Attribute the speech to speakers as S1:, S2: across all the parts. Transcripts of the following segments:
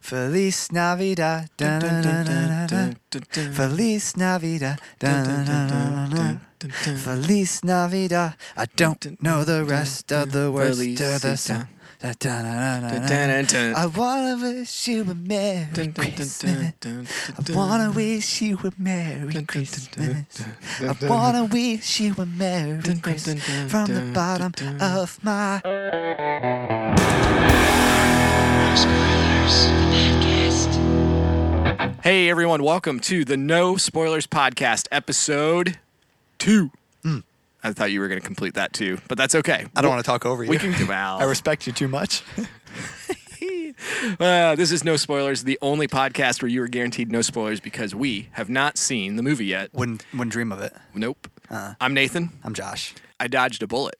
S1: Feliz Navidad. dun, dun, dun, dun, dun, dun. Feliz Navidad. dun, dun, dun, dun, dun, dun. Feliz Navidad. I don't know the rest of the words to the song. Da, da, da, da, da, da. I wanna wish you a Merry Christmas. I wanna wish you a Merry Christmas. I wanna wish you a Merry Christmas from the bottom of my
S2: Hey everyone, welcome to the No Spoilers Podcast, episode two. I thought you were going to complete that too, but that's okay.
S3: Hmm. I don't want to talk over you.
S2: We can wow.
S3: I respect you too much.
S2: Uh, this is No Spoilers, the only podcast where you are guaranteed no spoilers because we have not seen the movie yet.
S1: wouldn't wouldn't dream of it.
S2: Nope. I'm Nathan.
S1: I'm Josh.
S2: I dodged a bullet.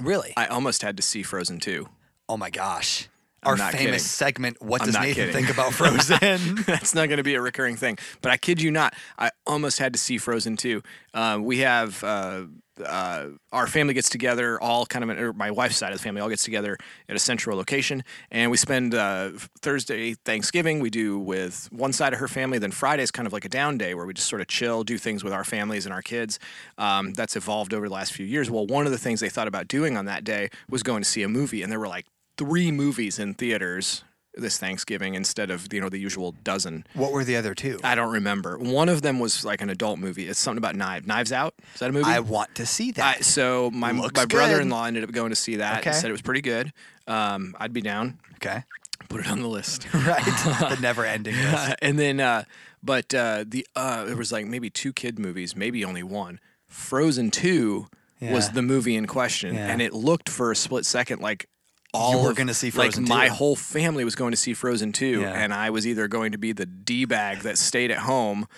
S1: Really?
S2: I almost had to see Frozen 2.
S1: oh my gosh.
S2: I'm
S1: Our
S2: not
S1: famous
S2: kidding.
S1: segment, What
S2: I'm
S1: Does
S2: not
S1: Nathan
S2: kidding.
S1: Think About Frozen?
S2: That's not going to be a recurring thing. But I kid you not, I almost had to see Frozen 2. Uh, we have uh, uh, our family gets together, all kind of, or my wife's side of the family all gets together at a central location. And we spend uh, Thursday, Thanksgiving, we do with one side of her family. Then Friday is kind of like a down day where we just sort of chill, do things with our families and our kids. Um, that's evolved over the last few years. Well, one of the things they thought about doing on that day was going to see a movie. And there were like three movies in theaters this Thanksgiving instead of you know the usual dozen.
S1: what were the other two?
S2: I don't remember. One of them was like an adult movie. It's something about knives. Knives Out. Is that a movie?
S1: I want to see that.
S2: I- so my
S1: Looks
S2: my
S1: good.
S2: brother-in-law ended up going to see that.
S1: Okay.
S2: and Said it was pretty good. Um, I'd be down.
S1: okay.
S2: Put it on the list.
S1: Right. the never ending list.
S2: Uh, and then, uh, but uh, the uh, there was like maybe two kid movies, maybe only one. Frozen Two was
S1: Yeah.
S2: the movie in question,
S1: Yeah.
S2: and it looked for a split second like all
S1: were
S2: of-
S1: gonna see Frozen
S2: Like
S1: 2.
S2: my whole family was going to see Frozen Two,
S1: Yeah.
S2: and I was either going to be the d bag that stayed at home.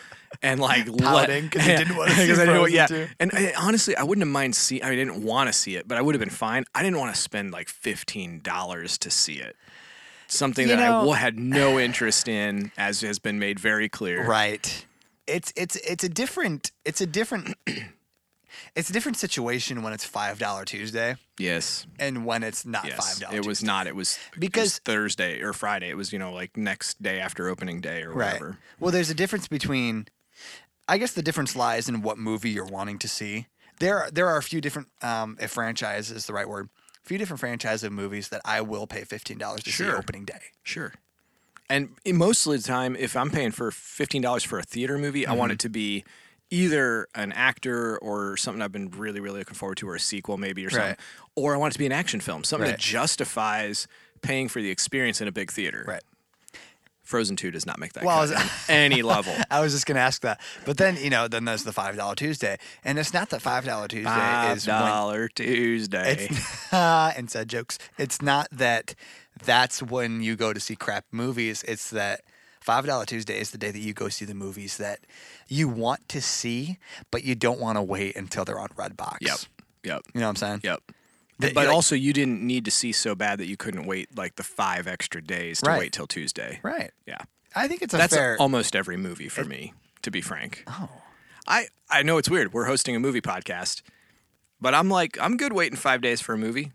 S2: And like let-
S3: Pouting 'cause you didn't wanna see
S2: 'Cause I didn't-
S3: Frozen
S2: yeah.
S3: 2.
S2: And I, honestly, I wouldn't have mind see. I, mean, I didn't want to see it, but I would have been fine. I didn't want to spend like fifteen dollars to see it. Something
S1: You
S2: that I
S1: know-
S2: will had no interest in, as has been made very clear.
S1: Right. It's it's it's a different it's a different it's a different situation when it's five dollar Tuesday
S2: Yes.
S1: and when it's not
S2: Yes.
S1: five dollar
S2: It was not. It was it was
S1: Because-
S2: Thursday or Friday. It was you know like next day after opening day or
S1: Right.
S2: whatever.
S1: Well, there's a difference between. I guess the difference lies in what movie you're wanting to see. There, are- there are a few different. Um, if franchise is the right word, a few different franchise of movies that I will pay fifteen dollars to see
S2: Sure.
S1: opening day.
S2: Sure. And in most of the time, if I'm paying for fifteen dollars for a theater movie, I
S1: Mm-hmm.
S2: want it to be either an actor or something I've been really, really looking forward to, or a sequel maybe, or something.
S1: Right.
S2: Or I want it to be an action film, something
S1: Right.
S2: that justifies paying for the experience in a big theater.
S1: Right.
S2: Frozen Two does not make that
S1: Well, I
S2: cut
S1: was-
S2: on any level.
S1: I was just gonna ask that, but then you know, then there's the five dollar Tuesday, and it's not that five dollar Tuesday
S2: Five
S1: is when
S2: dollar Tuesday.
S1: It's, and said jokes. It's not that that's when you go to see crap movies. It's that Five Dollar Tuesday is the day that you go see the movies that you want to see, but you don't want to wait until they're on Redbox.
S2: Yep. Yep.
S1: You know what I'm saying?
S2: Yep.
S1: That
S2: but
S1: you're like-
S2: also, you didn't need to see so bad that you couldn't wait like the five extra days to
S1: Right.
S2: wait till Tuesday.
S1: Right.
S2: Yeah.
S1: I think it's a
S2: That's
S1: fair.
S2: almost every movie for me, to be frank. Oh. I, I know it's weird. We're hosting a movie podcast, but I'm like, I'm good waiting five days for a movie.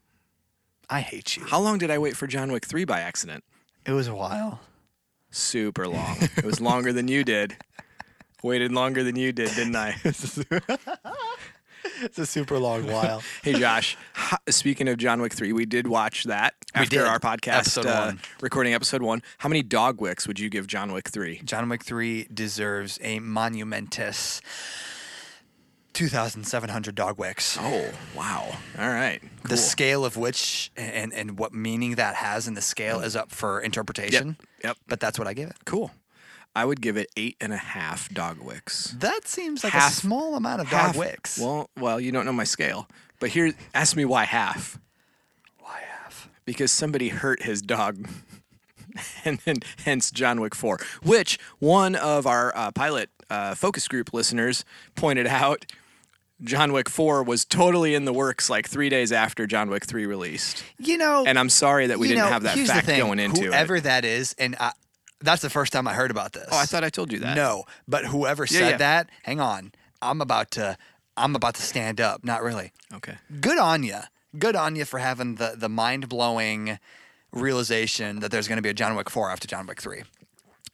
S1: I hate you.
S2: How long did I wait for John Wick 3 by accident?
S1: It was a while.
S2: Super long. it was longer than you did. Waited longer than you did, didn't I?
S1: It's a super long while.
S2: hey, Josh. ho- Speaking of John Wick 3, we did watch that after
S1: did.
S2: our podcast uh,
S1: Episode one.
S2: recording episode one. How many dog wicks would you give John Wick 3?
S1: John Wick 3 deserves a monumentous 2,700 dog wicks.
S2: Oh, wow. All right.
S1: the
S2: cool.
S1: scale of which and and what meaning that has in the scale is up for interpretation.
S2: Mm. Yep.
S1: But that's what I give it.
S2: Cool. I would give it eight and a half dog wicks.
S1: That seems like
S2: Half-
S1: a small amount of
S2: half,
S1: dog wicks.
S2: Well, well, you don't know my scale. But here, ask me why half.
S1: why half?
S2: Because somebody hurt his dog. and then hence John Wick 4, which one of our uh, pilot uh, focus group listeners pointed out John Wick 4 was totally in the works like three days after John Wick 3 released.
S1: You know,
S2: And I'm sorry that we
S1: you
S2: didn't
S1: know,
S2: have that
S1: here's the
S2: fact
S1: thing.
S2: going into
S1: whoever
S2: it.
S1: that is, and I, that's the first time I heard about this.
S2: Oh, I thought I told you that.
S1: No, but whoever said
S2: yeah.
S1: that, hang on, I'm about to, I'm about to stand up. Not really.
S2: Okay.
S1: Good on you. Good on you for having the the mind blowing realization that there's going to be a John Wick 4 after John Wick 3.
S2: No,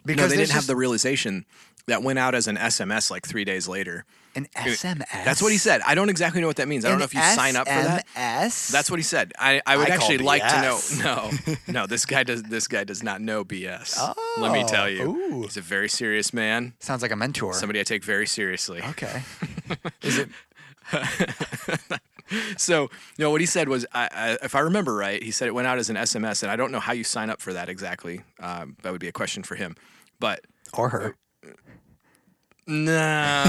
S2: they
S1: there's
S2: didn't have
S1: just
S2: the realization that went out as an SMS like three days later.
S1: an SMS.
S2: That's what he said. I don't exactly know what that means. I don't know if you sign up for that.
S1: SMS?
S2: That's what he said. I, I would
S3: I call
S2: actually like
S3: BS.
S2: to know. No, no, this guy does. This guy does not know BS. Let me tell you,
S3: ooh.
S2: he's a very serious man.
S1: sounds like a mentor.
S2: Somebody I take very seriously.
S1: Okay.
S2: So, no, what he said was, I, I, if I remember right, he said it went out as an SMS, and I don't know how you sign up for that exactly. Um, that would be a question for him. But
S3: or her.
S2: Oh, no.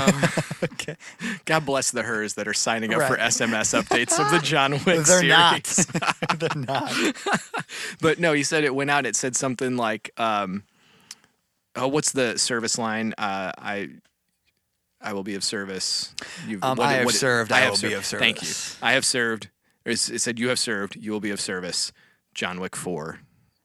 S2: God bless the hers that are signing up for
S3: Right.
S2: SMS updates of the John Wick
S3: They're
S2: series.
S3: not. They're not.
S2: But no, he said it went out. It said something like, um, "Oh, what's the service line? Uh, I." I will be of service. You,
S1: Um, I have served, I will be of
S2: Thank you.
S1: service.
S2: I have served. It s- it said, "You have served. You will be of service." John Wick Four,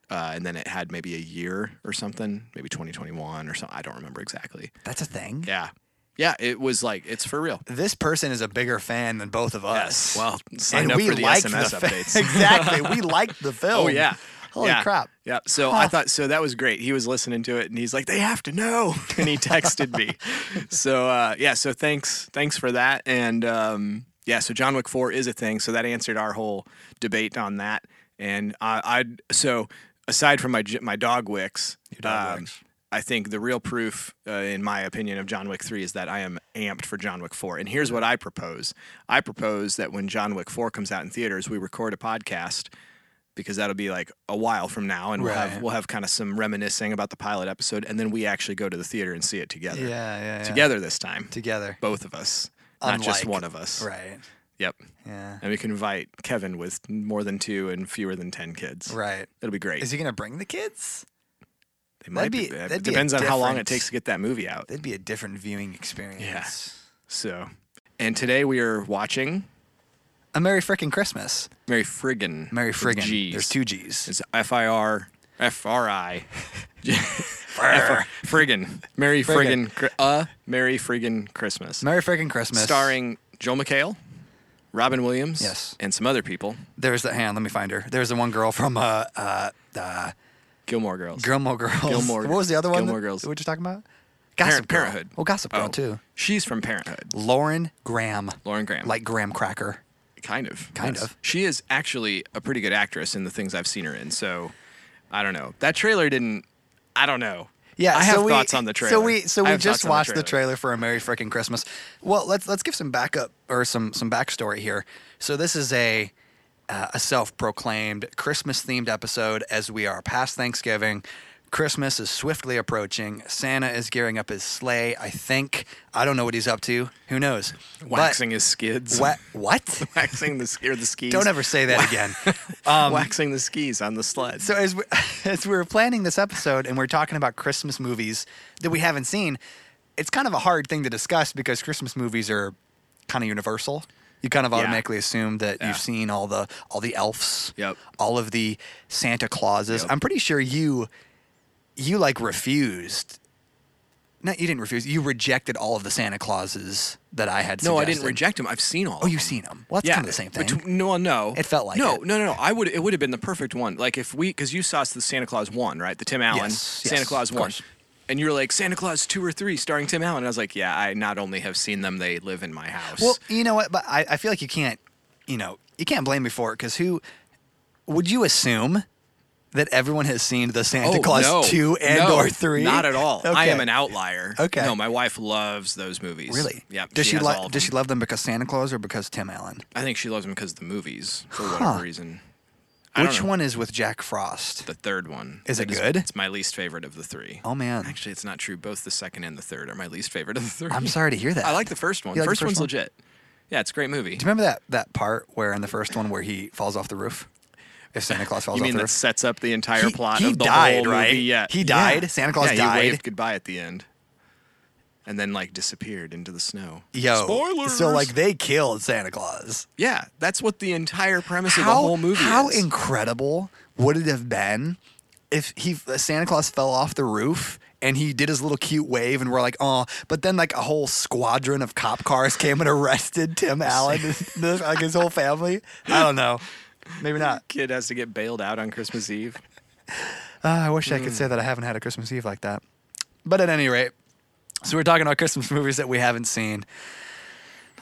S2: uh, and then it had maybe a year or something, maybe 2021 or something. I don't remember exactly.
S1: That's a thing.
S2: Yeah, yeah. It was like it's for real.
S1: This person is a bigger fan than both of us.
S2: Yes. Uh, Well, signed
S1: and
S2: up
S1: we
S2: for the
S1: liked
S2: SMS
S1: the fa-
S2: updates.
S1: exactly. We liked the film.
S2: Oh yeah.
S1: Holy
S2: Yeah.
S1: crap.
S2: Yeah. So I thought so that was great. He was listening to it and he's like, they have to know. And he texted me. so uh, yeah, so thanks. Thanks for that. And um, yeah, so John Wick four is a thing. So that answered our whole debate on that. And I I'd so aside from my j- my dog wicks,
S3: dog
S2: um,
S3: wicks.
S2: I think the real proof, uh, in my opinion, of John Wick 3 is that I am amped for John Wick 4. And here's what I propose I propose that when John Wick 4 comes out in theaters, we record a podcast because that'll be like a while from now and we'll have
S1: Right.
S2: we'll have kind of some reminiscing about the pilot episode and then we actually go to the theater and see it together.
S1: Yeah, yeah, yeah.
S2: Together this time.
S1: Together.
S2: Both of us. Not just
S1: Unlike-
S2: one of us.
S1: Right.
S2: Yep.
S1: Yeah.
S2: And we can invite Kevin with more than two and fewer than ten kids.
S1: Right.
S2: That'll be great.
S1: Is he going to bring the kids?
S2: They
S1: that'd
S2: might be,
S1: be-
S2: uh,
S1: that'd be a
S2: depends on how long
S1: different-
S2: it takes to get that movie out.
S1: That'd be a different viewing experience.
S2: So, and today we are watching
S1: A Merry Frickin' Christmas.
S2: Mary Friggin.
S1: Merry
S2: with
S1: Friggin'.
S2: G's.
S1: There's two G's.
S2: It's F I R F R I. F- Friggin. Merry
S1: Friggin'.
S2: Friggin. Cri- Uh, Merry Friggin Christmas.
S1: Merry Frickin' Christmas.
S2: Starring Joel McHale, Robin Williams,
S1: Yes.
S2: and some other people.
S1: There's the hand. Let me find her. There's the one girl from uh uh, uh
S2: Gilmore Girls.
S1: Gilmore Girls.
S2: Gilmore-
S1: What was the other one?
S2: Gilmore
S1: that-
S2: Girls.
S1: What you talking about?
S2: Parent-
S1: Gossip Girl.
S2: Parenthood.
S1: Oh, Gossip Girl
S2: Oh,
S1: too.
S2: She's from Parenthood.
S1: Lauren Graham.
S2: Lauren Graham.
S1: Like Graham Cracker.
S2: Kind of.
S1: Kind of.
S2: She is actually a pretty good actress in the things I've seen her in. So I don't know. That trailer didn't. I don't know.
S1: Yeah,
S2: I have
S1: so we,
S2: thoughts on the trailer.
S1: So we so
S2: I
S1: we
S2: have
S1: just
S2: thoughts on
S1: watched the trailer. for a Merry Frickin' Christmas. Well, let's let's give some backup or some some backstory here. So this is a uh, a self-proclaimed Christmas-themed episode as we are past Thanksgiving. Christmas is swiftly approaching. Santa is gearing up his sleigh. I think I don't know what he's up to. Who knows? But-
S2: Waxing his skids.
S1: Wa- what?
S2: waxing the ski or the skis. Um,
S1: don't ever say that again.
S2: waxing the skis on the sled.
S1: So as we, as we were planning this episode and we are talking about Christmas movies that we haven't seen, it's kind of a hard thing to discuss because Christmas movies are kind of universal. You kind of automatically assume that
S2: Yeah.
S1: you've seen all the all the elves,
S2: Yep.
S1: all of the Santa Clauses.
S2: Yep.
S1: I'm pretty sure you you like refused. No, you didn't refuse. You rejected all of the Santa Clauses that I had.
S2: no, I didn't
S1: suggested.
S2: reject him. I've seen all.
S1: Oh, you've seen them. Well, that's kind of the same thing.
S2: Betw- no, no.
S1: It felt like
S2: no,
S1: it.
S2: no, no, no. I would. It would have been the perfect one. Like if we, because you saw us the Santa Claus one, right? The Tim Allen
S1: Yes,
S2: Santa
S1: yes,
S2: Claus
S1: of
S2: one.
S1: course.
S2: And you were like Santa Claus two or three, starring Tim Allen. And I was like, yeah, I not only have seen them, they live in my house.
S1: Well, you know what? But I, I feel like you can't, you know, you can't blame me for it because who would you assume that everyone has seen the Santa
S2: Oh,
S1: Claus
S2: no.
S1: two and
S2: No,
S1: or three?
S2: Not at all. I
S1: Okay.
S2: am an outlier.
S1: Okay.
S2: No, my wife loves those movies.
S1: Really?
S2: Yeah.
S1: Does she,
S2: has
S1: lo-
S2: all of
S1: does
S2: them.
S1: she love them because Santa Claus or because Tim Allen?
S2: I think she loves them because of the movies for whatever reason. I don't
S1: Which
S2: know.
S1: one is with Jack Frost?
S2: The third one.
S1: Is it
S2: That
S1: good?
S2: It's my least favorite of the three.
S1: oh man,
S2: Actually, it's not true. Both the second and the third are my least favorite of the three.
S1: I'm sorry to hear that.
S2: I like the first one.
S1: You like the
S2: first,
S1: first
S2: one's
S1: one?
S2: legit. Yeah, it's a great movie.
S1: Do you remember that that part where in the first one where he falls off the roof? If Santa Claus falls
S2: You
S1: off
S2: mean
S1: the
S2: that
S1: roof,
S2: sets up the entire
S1: He-
S2: plot
S1: he
S2: of the
S1: died,
S2: whole
S1: right?
S2: movie? Yeah.
S1: He died?
S2: Yeah.
S1: Santa Claus
S2: yeah, He
S1: died?
S2: waved goodbye at the end, and then like disappeared into the snow.
S1: yo,
S2: Spoilers.
S1: so like they killed Santa Claus.
S2: Yeah, that's what the entire premise of the whole movie
S1: how
S2: is.
S1: incredible would it have been if he Santa Claus fell off the roof and he did his little cute wave and we're like, oh, but then like a whole squadron of cop cars came and arrested Tim Allen and like his whole family. I don't know.
S3: Maybe not.
S2: Kid has to get bailed out on Christmas Eve.
S1: Ah, I wish
S2: Hmm.
S1: I could say that I haven't had a Christmas Eve like that. But at any rate, so we're talking about Christmas movies that we haven't seen.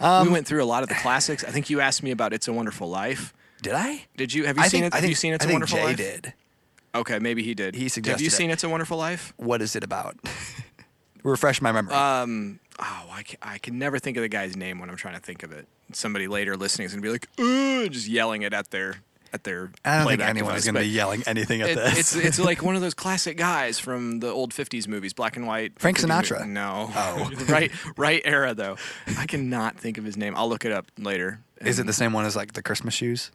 S2: we
S1: Um,
S2: went through a lot of the classics. I think you asked me about "It's a Wonderful Life."
S1: Did I?
S2: Did you have you
S1: I
S2: seen
S1: think,
S2: it?
S1: I
S2: have
S1: think,
S2: you seen "It's
S1: I
S2: a
S1: think
S2: Wonderful
S1: Jay
S2: Life"?
S1: did.
S2: Okay, maybe he did.
S1: He
S2: Have
S1: suggested
S2: you
S1: it.
S2: seen "It's a Wonderful Life"?
S1: What is it about? Refresh my memory.
S2: Um, oh, I can, I can never think of the guy's name when I'm trying to think of it. Somebody later listening is gonna be like, "Ooh," just yelling it at their at their.
S1: I don't think
S2: playback
S1: anyone is
S2: device,
S1: going to
S2: but
S1: be yelling anything at
S2: it-
S1: this.
S2: it's it's like one of those classic guys from the old '50s movies, black and white.
S1: Frank
S2: 50s movie-
S1: Sinatra.
S2: No,
S1: Oh.
S2: right, right era though. I cannot think of his name. I'll look it up later.
S1: is it
S2: and
S1: the same one as like the Christmas shoes?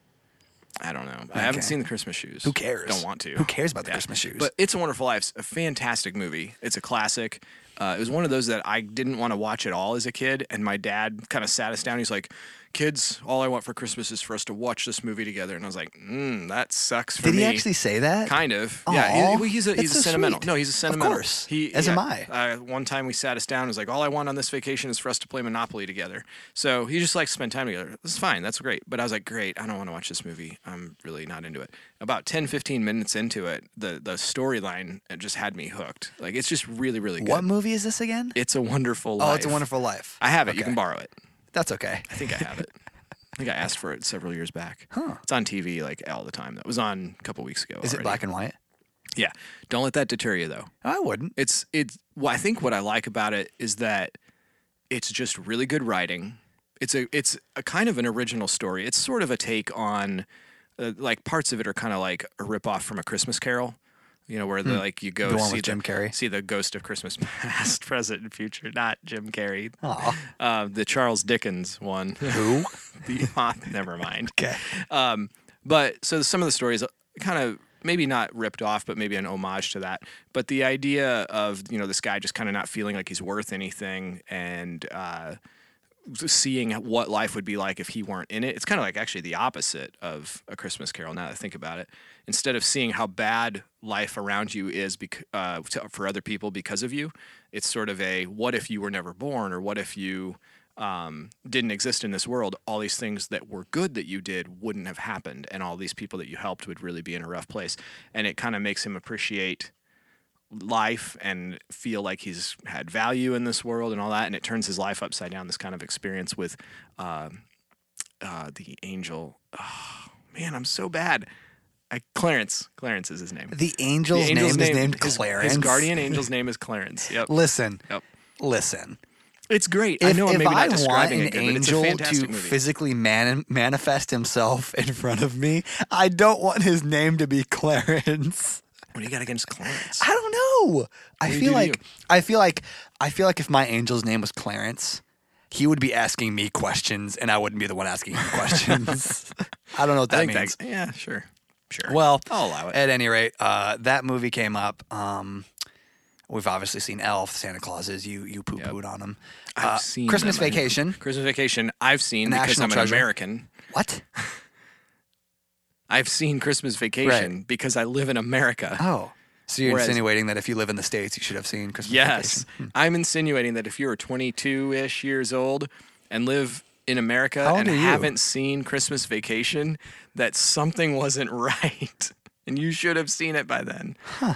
S2: I don't know. I
S1: Okay.
S2: haven't seen the Christmas shoes.
S1: Who cares?
S2: Don't want to.
S1: Who cares about the Christmas shoes?
S2: But It's a Wonderful Life's a fantastic movie. It's a classic. Uh, it was one of those that I didn't want to watch at all as a kid, and my dad kind of sat us down. He's like, "Kids, all I want for Christmas is for us to watch this movie together." And I was like, mm, "That sucks for
S1: Did
S2: me."
S1: he actually say that?
S2: Kind of.
S1: Aw,
S2: Yeah. he- he's a
S1: that's
S2: he's
S1: so
S2: a sentimental.
S1: sweet.
S2: No, he's a
S1: Of
S2: sentimental.
S1: course,
S2: He,
S1: as
S2: yeah,
S1: am I.
S2: Uh, one time we sat us down and was like, all I want on this vacation is for us to play Monopoly together. So he just likes to spend time together. That's fine. That's great. But I was like, great. I don't want to watch this movie. I'm really not into it. About 10, 15 minutes into it, the, the storyline it just had me hooked. Like, it's just really, really good.
S1: What movie is this again?
S2: It's a wonderful
S1: oh,
S2: life.
S1: it's a Wonderful Life.
S2: I have it. You
S1: Okay.
S2: can borrow it.
S1: That's okay.
S2: I think I have it. I think I asked for it several years back. It's on TV like all the time. That was on a couple weeks ago.
S1: Is it
S2: already.
S1: black and white?
S2: Yeah. Don't let that deter you though.
S1: I wouldn't.
S2: It's it's well, I think what I like about it is that it's just really good writing. It's a it's a kind of an original story. It's sort of a take on uh, like parts of it are kind of like a rip off from a Christmas Carol. You know where the, like you go
S1: Hmm. The one
S2: see
S1: with Jim Carrey?
S2: see the ghost of Christmas past, present, and future. Not Jim Carrey.
S1: Aw.
S2: Uh, the Charles Dickens one.
S1: Who?
S2: the auth- never mind.
S1: Okay.
S2: Um, but so some of the stories kind of maybe not ripped off, but maybe an homage to that. But the idea of you know this guy just kind of not feeling like he's worth anything and uh, seeing what life would be like if he weren't in it. It's kind of like actually the opposite of a Christmas Carol. Now that I think about it, instead of seeing how bad life around you is bec- uh, to, for other people because of you, it's sort of a what if you were never born or what if you um, didn't exist in this world, all these things that were good that you did wouldn't have happened, and all these people that you helped would really be in a rough place. And it kind of makes him appreciate life and feel like he's had value in this world and all that. And it turns his life upside down. This kind of experience with um uh, the angel. Oh, man, I'm so bad. I, Clarence. Clarence is his name.
S1: The angel's,
S2: The angel's
S1: name, is named
S2: his-
S1: Clarence.
S2: His, guardian angel's name is Clarence. Yep.
S1: Listen.
S2: Yep.
S1: Listen.
S2: It's great.
S1: If,
S2: I know I'm
S1: if
S2: maybe
S1: I
S2: not
S1: want
S2: describing
S1: an
S2: it good,
S1: angel
S2: but it's a
S1: to
S2: fantastic movie.
S1: physically man- manifest himself in front of me, I don't want his name to be Clarence.
S2: what do you got against Clarence?
S1: I don't know. I
S2: do you
S1: feel
S2: do to
S1: like I feel like I feel like if my angel's name was Clarence, he would be asking me questions, and I wouldn't be the one asking him questions. I don't know what that
S2: I think
S1: means.
S2: that's yeah, sure, sure.
S1: Well,
S2: I'll allow it.
S1: At any rate, uh, that movie came up. Um, we've obviously seen Elf, Santa Clauses. You you poo pooed on him.
S2: I've
S1: Uh,
S2: seen
S1: Christmas
S2: them. I-
S1: Vacation.
S2: Christmas Vacation. I've seen because
S1: National
S2: I'm an
S1: Treasure.
S2: American.
S1: What?
S2: I've seen Christmas Vacation because I live in America.
S1: Oh, so you're
S2: Whereas-
S1: insinuating that if you live in the states, you should have seen Christmas
S2: yes,
S1: Vacation. Hmm.
S2: I'm insinuating that if you are 22-ish years old and live in America
S1: How old
S2: and
S1: are you?
S2: haven't seen Christmas Vacation, that something wasn't right, and you should have seen it by then. Huh.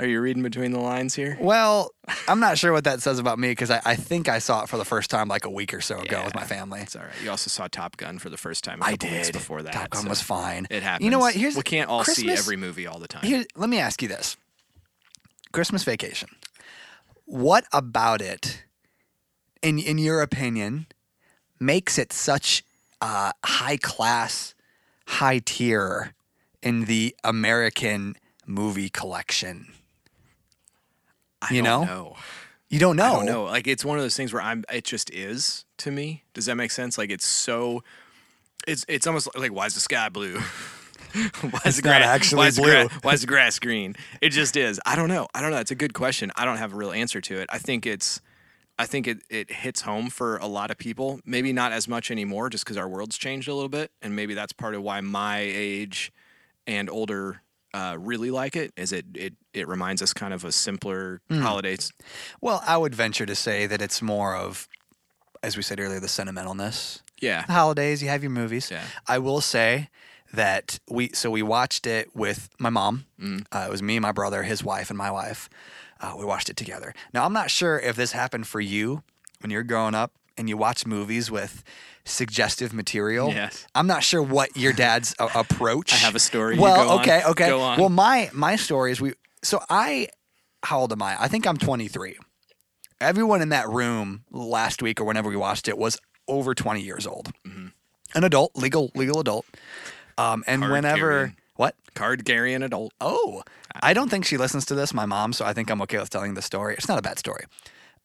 S2: Are you reading between the lines here?
S1: Well, I'm not sure what that says about me because I, I think I saw it for the first time like a week or so ago with my family.
S2: It's all right. You also saw Top Gun for the first time. A
S1: I
S2: couple weeks
S1: did.
S2: before that.
S1: Top Gun
S2: so
S1: was fine.
S2: It happens.
S1: You know what? Here's
S2: we can't all see
S1: Christmas-
S2: every movie all the time.
S1: Here, let me ask you this: Christmas Vacation. What about it, in in your opinion, makes it such uh, high class, high tier in the American movie collection?
S2: I
S1: you
S2: don't
S1: know? You don't know.
S2: I don't know. Like it's one of those things where I'm. It just is to me. Does that make sense? Like it's so. It's it's almost like why is the sky blue? why is the
S1: not
S2: grass
S1: actually
S2: why is The
S1: blue.
S2: grass, why is the grass green? It just is. I don't know. I don't know. It's a good question. I don't have a real answer to it. I think it's. I think it, it hits home for a lot of people. Maybe not as much anymore, just because our world's changed a little bit, and maybe that's part of why my age and older uh, really like it. Is it it it reminds us kind of a simpler
S1: Hmm.
S2: holidays
S1: Well, I would venture to say that it's more of, as we said earlier, the sentimentalness.
S2: Yeah.
S1: The holidays, you have your movies.
S2: Yeah.
S1: I will say that we so we watched it with my mom.
S2: Mm.
S1: Uh, it was me, my brother, his wife, and my wife. Uh, we watched it together. Now I'm not sure if this happened for you when you're growing up and you watch movies with suggestive material.
S2: Yes.
S1: I'm not sure what your dad's a- approach. I
S2: have a story. You
S1: Well,
S2: go on.
S1: okay, okay.
S2: Go on.
S1: Well, my my story is we. So I, how old am I? I think I'm 23. Everyone in that room last week or whenever we watched it was over 20 years old,
S2: Mm-hmm.
S1: an adult, legal legal adult. Um, and
S2: Card
S1: whenever
S2: carrying.
S1: what?
S2: Card carrying adult.
S1: Oh, I don't think she listens to this, my mom. So I think I'm okay with telling the story. It's not a bad story.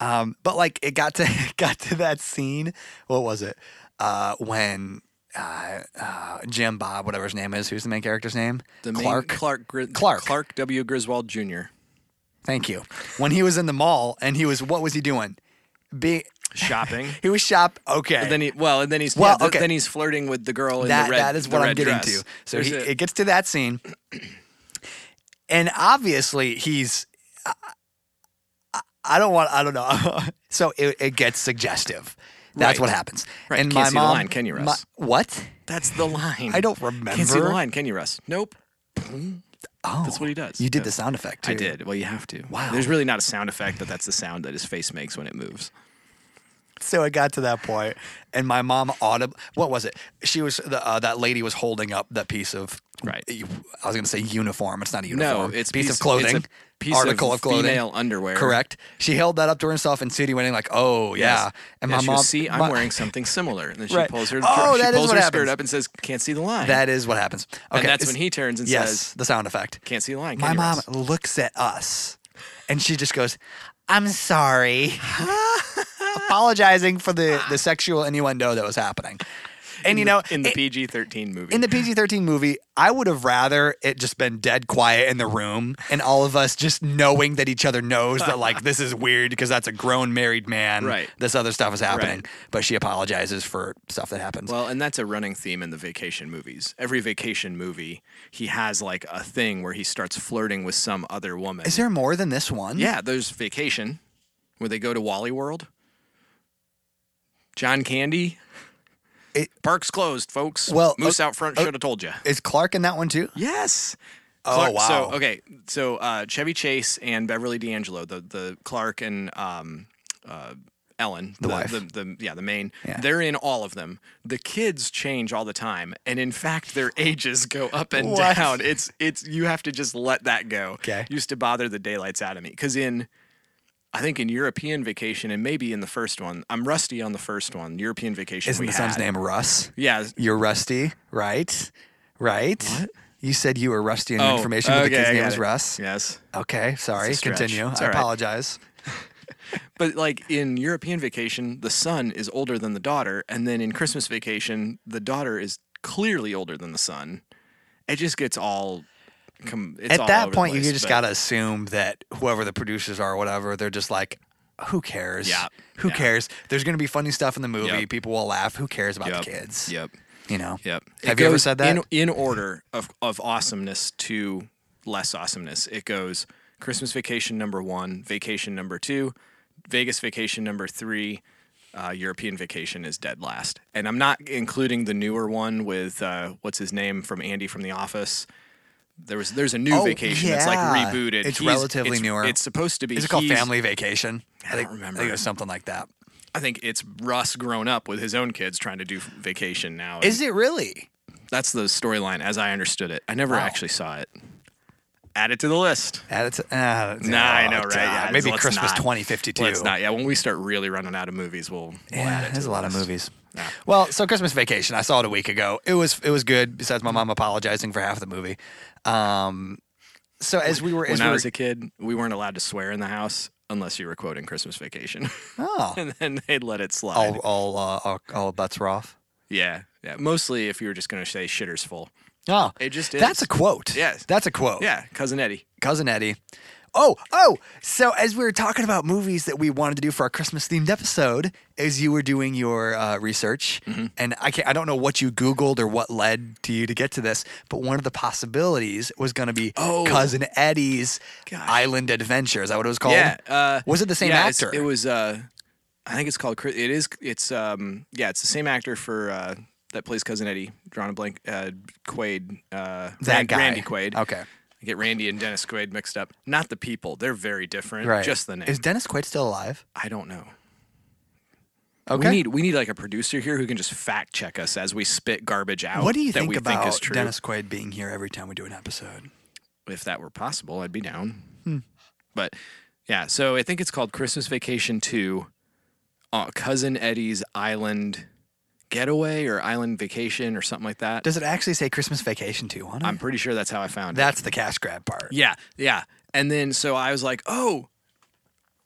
S1: Um, but like it got to it got to that scene. What was it? Uh, when uh, uh, Jim Bob, whatever his name is, who's the main character's name?
S2: The main-
S1: Clark.
S2: Clark. Gri-
S1: Clark.
S2: Clark W. Griswold Jr.
S1: Thank you. When he was in the mall and he was, what was he doing? Be
S2: Shopping.
S1: he was shop. Okay.
S2: And then he, well, and then he's
S1: Well,
S2: yeah, th-
S1: okay.
S2: then he's flirting with the girl in
S1: that,
S2: the red.
S1: that is
S2: the
S1: what I'm
S2: red
S1: getting
S2: dress.
S1: to. So
S2: There's
S1: he,
S2: a-
S1: it gets to that scene, and obviously he's. I, I don't want. I don't know. so it, it gets suggestive. That's
S2: Right.
S1: what happens.
S2: Right,
S1: And
S2: can't
S1: my
S2: see the
S1: mom,
S2: line, can you,
S1: my-
S2: Russ?
S1: what?
S2: that's the line.
S1: I don't
S2: Can't see the
S1: remember.
S2: line, can you, Russ? Nope.
S1: Oh,
S2: That's what he does.
S1: You did
S2: Yeah.
S1: the sound effect.
S2: I
S1: too.
S2: did. Well, you have to.
S1: Wow.
S2: There's really not a sound effect, but that's the sound that his face makes when it moves.
S1: so it got to that point, and my mom audib What was it? She was the, uh, that lady was holding up that piece of
S2: Right.
S1: I was going to say uniform. It's not a
S2: No,
S1: uniform.
S2: it's
S1: piece, of
S2: it's
S1: clothing.
S2: a piece
S1: article of, clothing.
S2: female underwear.
S1: Correct. She held that up to herself, insinuating like, "Oh yeah."
S2: Yes.
S1: And
S2: Yeah,
S1: my
S2: she
S1: mom,
S2: goes, see, I'm
S1: my-
S2: wearing something similar, and then she
S1: Right.
S2: pulls her.
S1: Oh,
S2: she
S1: that is
S2: pulls
S1: what
S2: her
S1: happens.
S2: skirt up and says, "Can't see the line."
S1: That is what happens. Okay,
S2: and that's
S1: it's-
S2: when he turns and
S1: Yes,
S2: says,
S1: the sound effect.
S2: "Can't see the line."
S1: my
S2: can you,
S1: mom
S2: Russ?"
S1: looks at us, and she just goes, "I'm sorry," apologizing for the the sexual innuendo that was happening. And you know,
S2: in the
S1: it-
S2: PG-13 movie.
S1: in the PG 13 movie, I would have rather it just been dead quiet in the room and all of us just knowing that each other knows that, like, this is weird because that's a grown married man.
S2: Right.
S1: This other stuff is happening.
S2: Right.
S1: But she apologizes for stuff that happens.
S2: Well, and that's a running theme in the vacation movies. Every vacation movie, he has like a thing where he starts flirting with some other woman.
S1: is there more than this one?
S2: yeah, there's vacation where they go to Wally World. John Candy.
S1: It-
S2: Park's closed, folks.
S1: Well,
S2: Moose
S1: o-
S2: out front
S1: o-
S2: should have told you.
S1: Is Clark in that one too?
S2: Yes.
S1: Oh, wow.
S2: So okay, so uh, Chevy Chase and Beverly D'Angelo, the the Clark and um, uh, Ellen, the,
S1: wife.
S2: the, the- yeah, the main,
S1: Yeah.
S2: they're in all of them. The kids change all the time, and in fact, their ages go up and
S1: What?
S2: down. It's it's you have to just let that go.
S1: Okay.
S2: used to bother the daylights out of me because in. I think in European Vacation and maybe in the first one, I'm rusty on the first one. European Vacation.
S1: Isn't
S2: we
S1: the son's
S2: had.
S1: name Russ?
S2: Yeah,
S1: You're Rusty, right? Right? What? You said you were Rusty in your
S2: Oh,
S1: information, but
S2: okay,
S1: the kid's
S2: I
S1: name
S2: got
S1: was
S2: it.
S1: Russ.
S2: Yes.
S1: Okay, sorry.
S2: stretch.
S1: Continue.
S2: It's
S1: I
S2: all right.
S1: apologize.
S2: But like in European Vacation, the son is older than the daughter, and then in Christmas Vacation, the daughter is clearly older than the son. It just gets all. Com- it's
S1: At
S2: all
S1: that
S2: over the
S1: point,
S2: place,
S1: you just
S2: but-
S1: gotta assume that whoever the producers are, or whatever, they're just like, who cares?
S2: Yeah,
S1: Who
S2: yeah.
S1: cares? There's gonna be funny stuff in the movie.
S2: Yep.
S1: People will laugh. Who cares about
S2: Yep.
S1: the kids?
S2: Yep.
S1: You know.
S2: Yep.
S1: Have
S2: It
S1: you ever
S2: goes
S1: said that?
S2: in in order of of awesomeness to less awesomeness? It goes Christmas Vacation number one, Vacation number two, Vegas Vacation number three. Uh, European Vacation is dead last, and I'm not including the newer one with uh, what's his name from Andy from The Office. There was there's a new
S1: Oh,
S2: vacation that's like
S1: yeah.
S2: rebooted.
S1: It's relatively
S2: it's,
S1: newer.
S2: It's supposed to be.
S1: Is it called
S2: he's-
S1: Family Vacation? I, think,
S2: don't
S1: I
S2: remember.
S1: think it was something like that.
S2: I think it's Russ grown up with his own kids trying to do vacation now. and-
S1: Is it really?
S2: That's the storyline as I understood it. I never actually saw it. Add it to the list.
S1: Uh, it's- uh,
S2: Nah, I know,
S1: it's,
S2: right?
S1: uh,
S2: Yeah,
S1: maybe
S2: let's
S1: Christmas
S2: not.
S1: 2052.
S2: Well, it's not. Yeah, when we start really running out of movies, we'll, we'll add it.
S1: Yeah,
S2: to
S1: there's
S2: the
S1: a lot of
S2: list.
S1: movies. Well, so Christmas Vacation, I saw it a week ago. It was it was good. Besides my mom apologizing for half the movie. Um, so as we were as
S2: When
S1: we
S2: I
S1: were,
S2: was a kid, we weren't allowed to swear in the house unless you were quoting Christmas Vacation,
S1: oh,
S2: and then they'd let it slide.
S1: all all, uh, all all butts were off.
S2: Yeah, yeah. Mostly if you were just going to say "shitters full."
S1: Oh,
S2: It just is.
S1: that's a quote.
S2: Yes.
S1: that's a quote.
S2: Yeah, cousin Eddie.
S1: cousin Eddie. Oh, oh. So as we were talking about movies that we wanted to do for our Christmas themed episode, as you were doing your uh, research,
S2: Mm-hmm.
S1: and I can't, I don't know what you Googled or what led to you to get to this, but one of the possibilities was going to be
S2: Oh.
S1: cousin Eddie's
S2: Gosh.
S1: Island Adventure. Is that what it was called?
S2: Yeah. Uh,
S1: was it the same
S2: yeah, it's-
S1: actor?
S2: It was. Uh, I think it's called. Chris- It is. It's. Um. Yeah. It's the same actor for. Uh, that plays Cousin Eddie, drawing a blank, uh, Quaid, uh,
S1: That
S2: Ran-
S1: guy.
S2: Randy Quaid.
S1: Okay.
S2: I get Randy and Dennis Quaid mixed up. Not the people; they're very different.
S1: Right.
S2: Just the name.
S1: Is Dennis Quaid still alive?
S2: I don't know.
S1: Okay.
S2: We need we need like a producer here who can just fact check us as we spit garbage out.
S1: what do you
S2: Oh, that
S1: think
S2: we
S1: about
S2: think is true.
S1: Dennis Quaid being here every time we do an episode?
S2: if that were possible, I'd be down.
S1: Hmm.
S2: But yeah, so I think it's called Christmas Vacation 2, uh, Cousin Eddie's Island Getaway or Island Vacation or something like that.
S1: Does it actually say Christmas Vacation too on it?
S2: I'm pretty sure that's how I found it.
S1: That's the cash grab part.
S2: Yeah, yeah. And then so I was like, oh,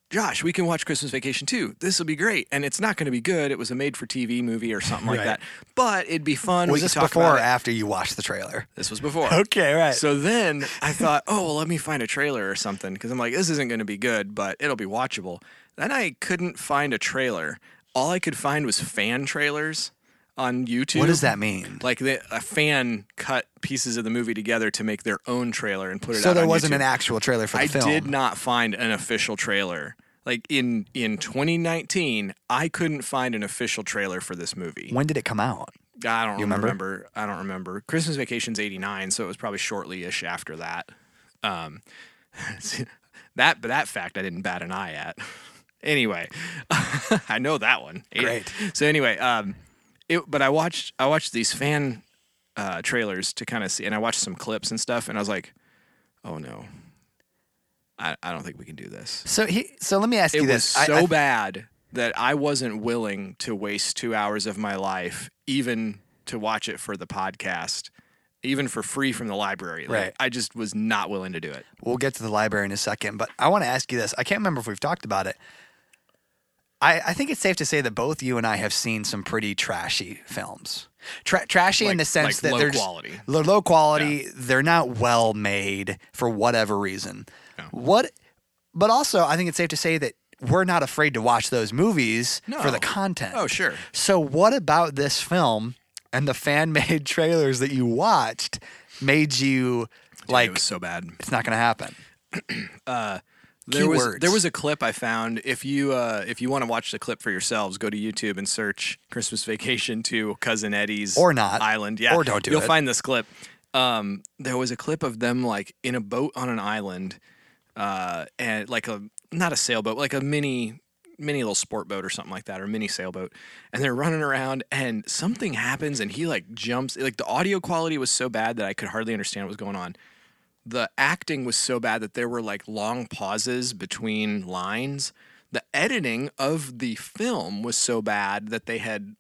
S2: Josh, we can watch Christmas Vacation too. This will be great. And it's not going to be good. It was a made for TV movie or something like
S1: Right.
S2: that. But it'd be fun. we
S1: Was
S2: could
S1: this
S2: talk
S1: before
S2: about
S1: or
S2: it.
S1: after you watched the trailer?
S2: This was before.
S1: Okay, right.
S2: So then I thought, oh, well, let me find a trailer or something because I'm like, this isn't going to be good, but it'll be watchable. Then I couldn't find a trailer. All I could find was fan trailers on YouTube.
S1: what does that mean?
S2: Like the, a fan cut pieces of the movie together to make their own trailer and put it out.
S1: So there
S2: on
S1: wasn't
S2: YouTube.
S1: an actual trailer for the
S2: I
S1: film.
S2: did not find an official trailer. Like in in 2019, I couldn't find an official trailer for this movie.
S1: When did it come out?
S2: I don't
S1: remember?
S2: remember? I don't remember. Christmas Vacation's '89, so it was probably shortly-ish after that. Um, that but that fact I didn't bat an eye at. anyway, I know that one.
S1: Great.
S2: So anyway, um, it but I watched I watched these fan uh, trailers to kind of see, and I watched some clips and stuff, and I was like, oh no, I I don't think we can do this.
S1: So he. So let me ask
S2: It
S1: you
S2: was
S1: this. I-
S2: so
S1: I-
S2: bad that I wasn't willing to waste two hours of my life, even to watch it for the podcast, even for free from the library. Like,
S1: Right.
S2: I just was not willing to do it.
S1: we'll get to the library in a second, but I want to ask you this. I can't remember if we've talked about it. I, I think it's safe to say that both you and I have seen some pretty trashy films. Tra- trashy in
S2: Like-
S1: the sense
S2: like
S1: that
S2: low
S1: they're just-
S2: quality.
S1: they're low quality. They're not well made for whatever reason. What? But also, I think it's safe to say that we're not afraid to watch those movies for the
S2: No.
S1: content.
S2: Oh, sure.
S1: So, what about this film and the fan made trailers that you watched made you like,
S2: it was so bad.
S1: it's not going to happen?
S2: There was
S1: Keywords.
S2: there was a clip I found. If you uh, if you want to watch the clip for yourselves, go to YouTube and search "Christmas Vacation to Cousin Eddie's
S1: Or not.
S2: island." Yeah,
S1: Or don't do
S2: You'll
S1: it.
S2: find this clip. Um, there was a clip of them like in a boat on an island, uh, and like a not a sailboat, like a mini mini little sport boat or something like that, or mini sailboat. And they're running around, and something happens, and he like jumps. Like the audio quality was so bad that I could hardly understand what was going on the acting was so bad that there were like long pauses between lines. The editing of the film was so bad that they had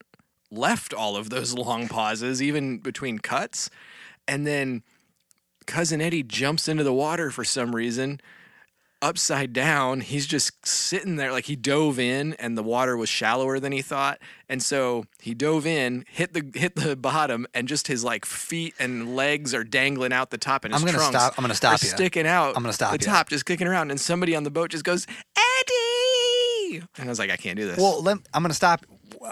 S2: left all of those long pauses, even between cuts. And then Cousin Eddie jumps into the water for some reason, upside down. He's just sitting there, like he dove in, and the water was shallower than he thought. And so he dove in, hit the hit the bottom, and just his like feet and legs are dangling out the top, and his
S1: I'm gonna
S2: trunks
S1: stop- I'm gonna
S2: are
S1: stop you.
S2: sticking out.
S1: I'm gonna stop
S2: The
S1: you.
S2: top just kicking around, and somebody on the boat just goes Eddie, and I was like, I can't do this.
S1: Well, let, I'm going to stop.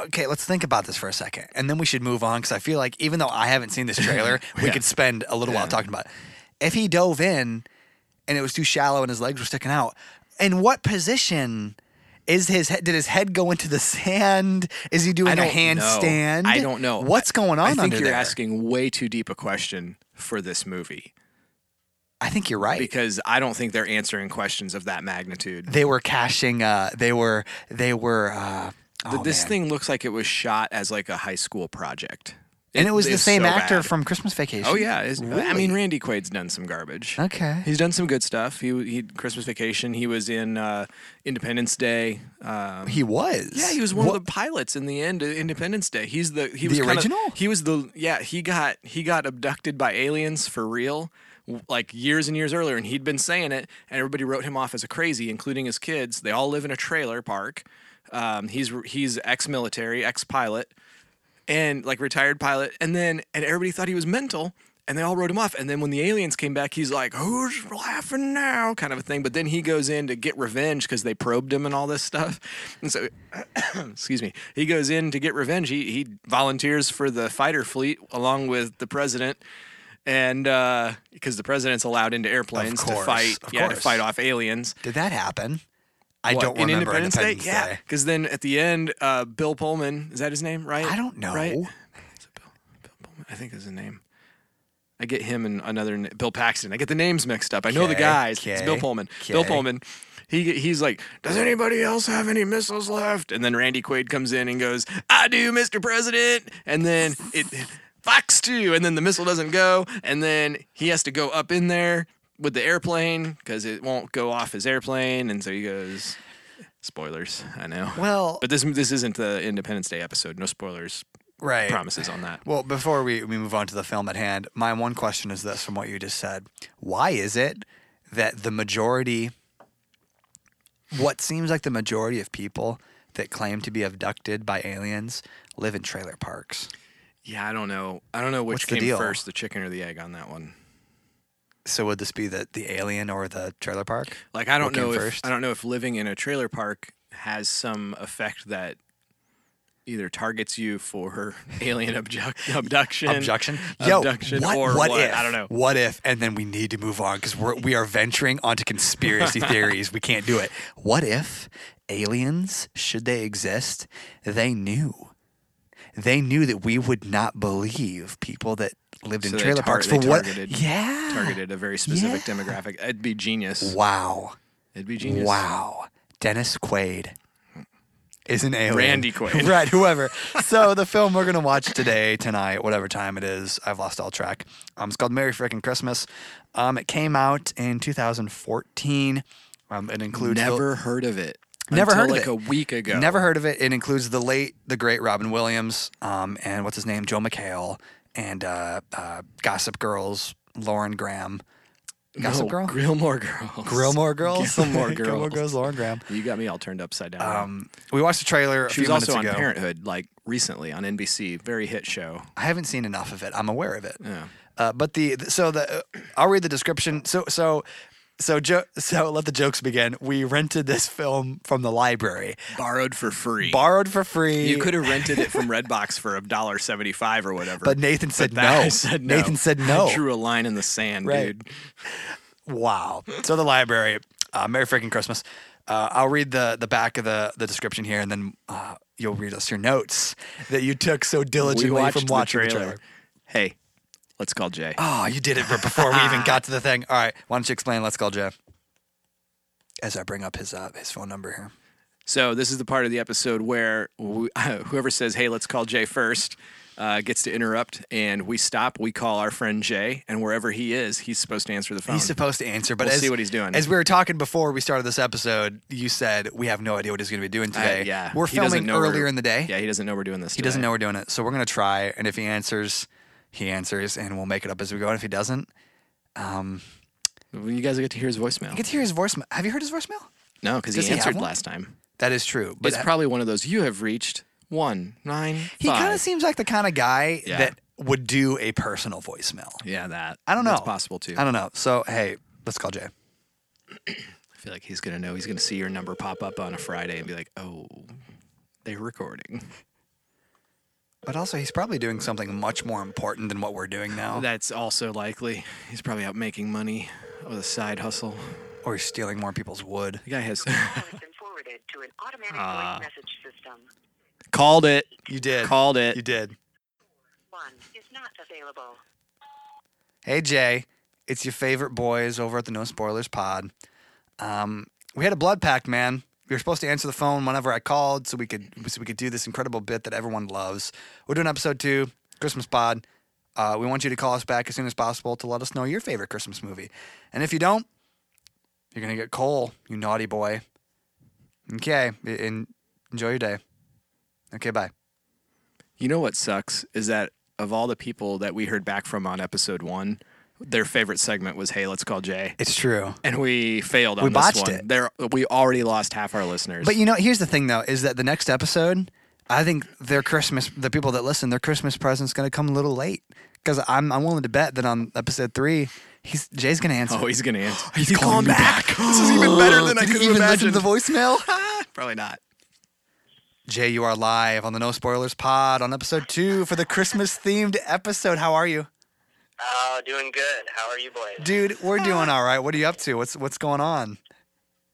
S1: Okay, let's think about this for a second, and then we should move on because I feel like even though I haven't seen this trailer, we could spend a little while talking about it. If he dove in and it was too shallow and his legs were sticking out, in what position is his head? Did his head go into the sand? Is he doing a handstand?
S2: Know. I don't know.
S1: What's going on
S2: I think
S1: under
S2: you're
S1: there?
S2: asking way too deep a question for this movie
S1: I think you're right.
S2: because I don't think they're answering questions of that magnitude.
S1: they were cashing. Uh, they were. They were. Uh,
S2: Th-
S1: oh,
S2: this
S1: man.
S2: thing looks like it was shot as like a high school project.
S1: and it was the
S2: is
S1: same
S2: so
S1: actor
S2: bad.
S1: from Christmas Vacation.
S2: Oh yeah, it's- I
S1: Really?
S2: mean Randy Quaid's done some garbage.
S1: Okay.
S2: He's done some good stuff. He he Christmas Vacation. He was in uh, Independence Day. Um,
S1: he was.
S2: yeah, he was one of the pilots in the end of Independence Day. He's the he was kinda-
S1: original?
S2: he was the yeah he got he got abducted by aliens for real, w- like years and years earlier, and he'd been saying it, and everybody wrote him off as a crazy, including his kids. They all live in a trailer park. Um, he's he's ex-military, ex-pilot, and like retired pilot, and then and everybody thought he was mental. And they all wrote him off. And then when the aliens came back, he's like, "Who's laughing now?" kind of a thing. But then he goes in to get revenge because they probed him and all this stuff. And so excuse me, he goes in to get revenge. He he volunteers for the fighter fleet along with the president, and because the president's allowed into airplanes
S1: course,
S2: to fight,
S1: of
S2: yeah, to
S1: course.
S2: fight off aliens.
S1: Did that happen? I
S2: What,
S1: don't
S2: in
S1: remember
S2: Independence, Day, yeah,
S1: Day.
S2: because then at the end, uh, Bill Pullman is that his name, right?
S1: I don't know.
S2: Right? I think is the name. I get him and another n- Bill Paxton. I get the names mixed up. I know the
S1: Okay,
S2: guys. It's Bill
S1: okay,
S2: Pullman. Bill
S1: okay.
S2: Pullman. He he's like, does anybody else have any missiles left? And then Randy Quaid comes in and goes, I do, Mr. President. And then it Fox two. And then the missile doesn't go. And then he has to go up in there with the airplane because it won't go off his airplane. And so he goes. Spoilers, I know.
S1: Well-
S2: but this this isn't the Independence Day episode. No spoilers
S1: Right.
S2: promises on that.
S1: Well, before we, we move on to the film at hand, my one question is this from what you just said. Why is it that the majority, what seems like the majority of people that claim to be abducted by aliens live in trailer parks?
S2: Yeah, I don't know. I don't know which
S1: What's the
S2: came
S1: deal?
S2: first, the chicken or the egg on that one.
S1: So would this be the, the alien or the trailer park?
S2: Like I don't
S1: came
S2: know if
S1: first?
S2: I don't know if living in a trailer park has some effect that either targets you for alien abduc- abduction,
S1: Abduction.
S2: abduction,
S1: what,
S2: or
S1: what,
S2: what?
S1: if?
S2: I don't know.
S1: What if? And then we need to move on because we're we are venturing onto conspiracy theories. We can't do it. What if aliens, should they exist, they knew, they knew that we would not believe people that lived
S2: So
S1: in
S2: they
S1: trailer
S2: tar-
S1: parks
S2: they
S1: for what?
S2: targeted-
S1: yeah.
S2: Targeted a very specific
S1: Yeah.
S2: demographic. It'd be genius.
S1: Wow.
S2: It'd be genius.
S1: Wow. Dennis Quaid is an alien.
S2: Randy Quaid.
S1: right, whoever. So the film we're going to watch today, tonight, whatever time it is, I've lost all track. Um, it's called Merry Frickin' Christmas. Um, it came out in 2014. Um, it includes... the-
S2: Never heard of it.
S1: Never
S2: Until
S1: heard of
S2: like
S1: it.
S2: a week ago.
S1: Never heard of it. It includes the late, the great Robin Williams, um, and what's his name, Joe McHale, and uh, uh, Gossip Girls, Lauren Graham. Gossip
S2: no,
S1: Girl?
S2: Gilmore Girls.
S1: Grillmore Girls?
S2: Gilmore Girls.
S1: Gilmore Girls, Lauren Graham.
S2: You got me all turned upside down.
S1: Um, we watched the trailer a
S2: she
S1: few
S2: was also on
S1: minutes ago.
S2: Parenthood, like recently on NBC. Very hit show.
S1: I haven't seen enough of it. I'm aware of it.
S2: Yeah.
S1: Uh, but the th- so the uh, I'll read the description. So so so jo- so let the jokes begin. We rented this film from the library,
S2: Borrowed for free.
S1: borrowed for free.
S2: You could have rented it from Redbox for a dollar seventy-five or whatever.
S1: but Nathan said,
S2: that- I
S1: no.
S2: said no.
S1: Nathan said no.
S2: I drew a line in the sand,
S1: Right.
S2: dude.
S1: Wow. So the library. Uh, Merry freaking Christmas. Uh, I'll read the the back of the the description here, and then uh, you'll read us your notes that you took so
S2: We
S1: diligently
S2: watched
S1: from
S2: the
S1: watching
S2: trailer.
S1: the trailer.
S2: Hey, let's call Jay.
S1: Oh, you did it b- before we even got to the thing. All right, why don't you explain Let's Call Jeff? As I bring up his uh, his phone number here.
S2: So this is the part of the episode where we, whoever says, "Hey, let's call Jay first, uh, gets to interrupt, and we stop. We call our friend Jay, and wherever he is, he's supposed to answer the phone.
S1: He's supposed to answer, but
S2: We'll
S1: as,
S2: see what he's doing.
S1: As we were talking before we started this episode, you said we have no idea what he's going to be doing
S2: Uh,
S1: today.
S2: yeah,
S1: we're
S2: he doesn't
S1: filming
S2: know we're-
S1: earlier in the day.
S2: Yeah, he doesn't know we're doing this.
S1: he doesn't know we're doing it, so we're going to try. And if he answers, he answers, and we'll make it up as we go. And if he doesn't,
S2: You guys get to hear his voicemail.
S1: you get to hear his voicemail. Have you heard his voicemail?
S2: no, because
S1: Does
S2: he
S1: he have
S2: answered
S1: one?
S2: last time.
S1: That is true, but
S2: It's probably one of those. You have reached one nine.
S1: he kind of seems like the kind of guy
S2: Yeah.
S1: that would do a personal voicemail.
S2: Yeah, that.
S1: I don't know.
S2: That's possible too.
S1: I
S2: I,
S1: don't know. So hey, let's call Jay.
S2: feel like he's gonna know. He's gonna see your number pop up on a Friday and be like, "Oh, they're recording."
S1: But also, he's probably doing something much more important than what we're doing now,
S2: That's also likely. He's probably out making money with a side hustle.
S1: or he's stealing more people's wood.
S2: The guy has
S4: call has been forwarded to an automatic
S1: Ah.
S4: voice message system.
S2: called it.
S1: You did.
S2: Called it.
S1: You did.
S4: One is not available.
S1: Hey Jay, it's your favorite boys over at the No Spoilers Pod. Um, we had a blood pact, man. We were supposed to answer the phone whenever I called, so we could so we could do this incredible bit that everyone loves. We're doing episode two, Christmas Pod. Uh, we want you to call us back as soon as possible to let us know your favorite Christmas movie, and if you don't, you're gonna get coal, you naughty boy. Okay, en- en- enjoy your day. Okay, bye.
S2: You know what sucks is that of all the people that we heard back from on episode one, their favorite segment was "Hey, let's call Jay,"
S1: It's true.
S2: and we failed on
S1: We
S2: this
S1: botched
S2: one.
S1: it.
S2: There, we already lost half our listeners.
S1: But you know, here's the thing though, is that the next episode, I think their Christmas, the people that listen, their Christmas present's going to come a little late because I'm I'm willing to bet that on episode three, he's Jay's going to answer.
S2: oh, he's gonna answer.
S1: He's calling me back.
S2: this is even better than I
S1: Did
S2: could
S1: he even
S2: imagine.
S1: listen to the voicemail?
S2: Probably not.
S1: Jay, you are live on the No Spoilers Pod on episode two for the Christmas themed episode. How are you,
S5: Oh, doing good. How are you boys?
S1: dude? We're doing all right. What are you up to? What's what's going on?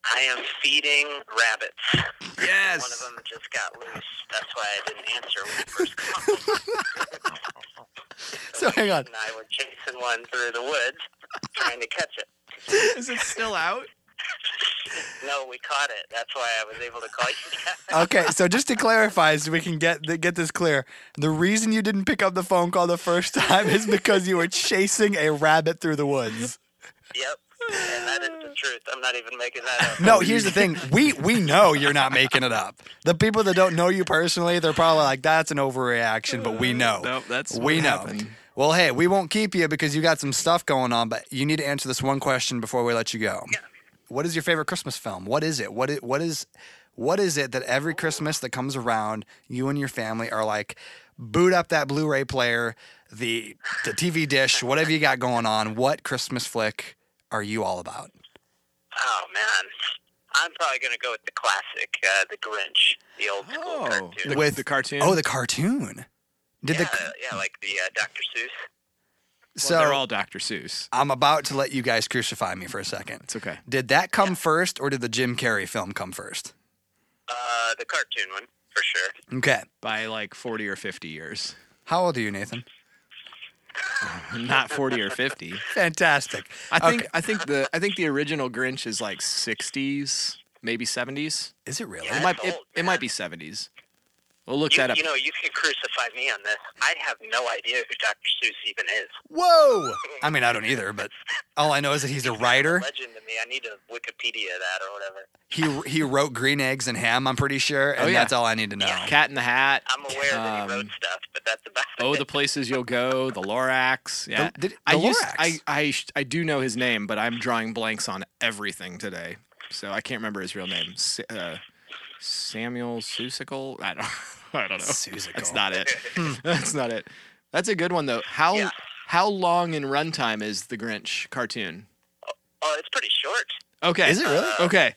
S5: I am feeding rabbits.
S2: Yes.
S5: One of them just got loose. That's why I didn't answer when you first called.
S1: So hang on.
S5: and I were chasing one through the woods trying to catch it.
S2: Is it still out?
S5: No, we caught it. That's why I was able to call you back.
S1: Okay, so just to clarify, so we can get th- get this clear, the reason you didn't pick up the phone call the first time is because you were chasing a rabbit through the woods.
S5: Yep. And that is the truth. I'm not even making that up.
S1: No, here's the thing: we we know you're not making it up. The people that don't know you personally, they're probably like, "That's an overreaction," but we know.
S2: Nope, that's what
S1: we know.
S2: happened.
S1: Well, hey, we won't keep you because you got some stuff going on, but you need to answer this one question before we let you go. What is your favorite Christmas film? What is it? What is, what is what is it that every Christmas that comes around, you and your family are like, boot up that Blu-ray player, the the TV dish, whatever you got going on. What Christmas flick are you all about?
S5: Oh, man. I'm probably going to go with the classic, uh, The Grinch, the old school
S2: Oh,
S5: cartoon.
S2: the,
S1: With-
S2: the cartoon.
S1: Oh, the cartoon. Did
S5: yeah,
S1: the
S5: yeah, like the uh, Dr. Seuss.
S2: Well,
S1: so
S2: they're all Dr. Seuss.
S1: I'm about to let you guys crucify me for a second.
S2: It's okay.
S1: Did that come first, or did the Jim Carrey film come first?
S5: Uh, the cartoon one, for sure.
S1: Okay.
S2: By like 40 or 50 years.
S1: How old are you, Nathan?
S2: Not 40 or 50.
S1: Fantastic.
S2: I think
S1: Okay.
S2: I think the I think the original Grinch is like 60s, maybe 70s.
S1: Is it really?
S2: It
S5: That's
S2: might it,
S5: old,
S2: it
S5: man.
S2: might be 70s. We'll look
S5: You,
S2: that up.
S5: you know, you can crucify me on this. I have no idea who Dr. Seuss even is.
S1: Whoa! I mean, I don't either, but all I know is that he's a writer.
S5: Legend to me. I need to Wikipedia that or whatever.
S1: He he wrote Green Eggs and Ham. I'm pretty sure, and
S2: Oh, yeah.
S1: that's all I need to know.
S2: Cat in the Hat.
S5: I'm aware that
S2: Um,
S5: he wrote stuff, but that's about
S2: Oh,
S5: it.
S2: the places you'll go, the Lorax. Yeah,
S1: did- the
S2: I used
S1: Lorax.
S2: I I sh- I do know his name, but I'm drawing blanks on everything today, so I can't remember his real name. S- uh, Samuel Susicle. I don't. I don't know.
S1: Susicle.
S2: That's not it. That's not it. That's a good one though. How
S5: Yeah.
S2: how long in runtime is the Grinch cartoon?
S5: Oh, it's pretty short.
S2: Okay. Uh,
S1: Is it really?
S2: Okay.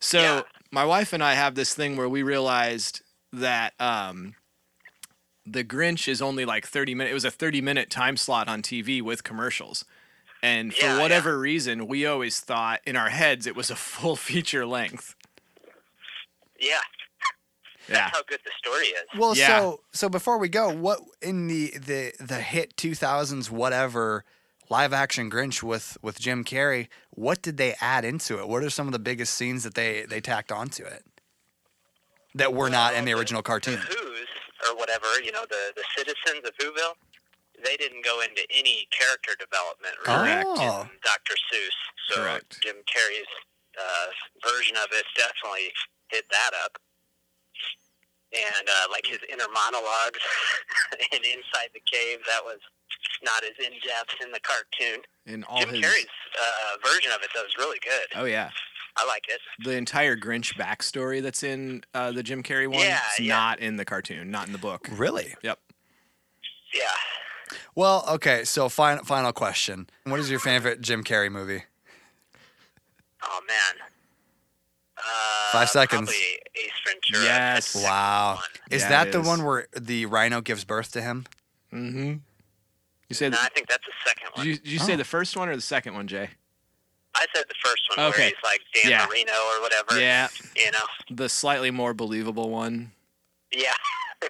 S2: So
S5: Yeah.
S2: my wife and I have this thing where we realized that um, the Grinch is only like 30 minutes. It was a 30 minute time slot on TV with commercials. And for
S5: Yeah, yeah.
S2: whatever reason, we always thought in our heads it was a full feature length.
S5: Yeah,
S2: Yeah.
S5: that's how good the story is.
S1: Well,
S2: Yeah.
S1: so so before we go, what in the the the hit 2000s whatever live action Grinch with with Jim Carrey? What did they add into it? What are some of the biggest scenes that they they tacked onto it that were not in the original cartoon?
S5: Who's or whatever, you know, the the citizens of Whoville, they didn't go into any character development really
S1: Oh.
S5: in Dr. Seuss. So
S2: Correct.
S5: Jim Carrey's uh, version of it definitely hit that up. And uh, like his inner monologues and inside the cave, that was not as in depth in the cartoon.
S2: In all
S5: Jim
S2: his.
S5: Carrey's uh, version of it though is really good.
S2: Oh, yeah.
S5: I like it.
S2: The entire Grinch backstory that's in uh, the Jim Carrey one
S5: Yeah,
S2: is
S5: yeah.
S2: not in the cartoon, not in the book.
S1: Really?
S2: Yep.
S5: Yeah.
S1: Well, okay. So final final question: What is your favorite Jim Carrey movie?
S5: Oh man. Uh,
S1: Five seconds.
S5: Probably Ace Ventura.
S2: Yes.
S1: Wow, is
S2: Yeah,
S1: that
S2: it
S1: the
S2: is.
S1: one where the rhino gives birth to him?
S2: Mm hmm. You say
S5: No,
S2: the,
S5: I think that's the second
S2: did
S5: one.
S2: you, did you say the first one or the second one, Jay?
S5: I said the first one
S2: Okay.
S5: where he's like Dan
S2: Yeah.
S5: Marino or whatever.
S2: Yeah,
S5: You know.
S2: the slightly more believable one.
S5: Yeah.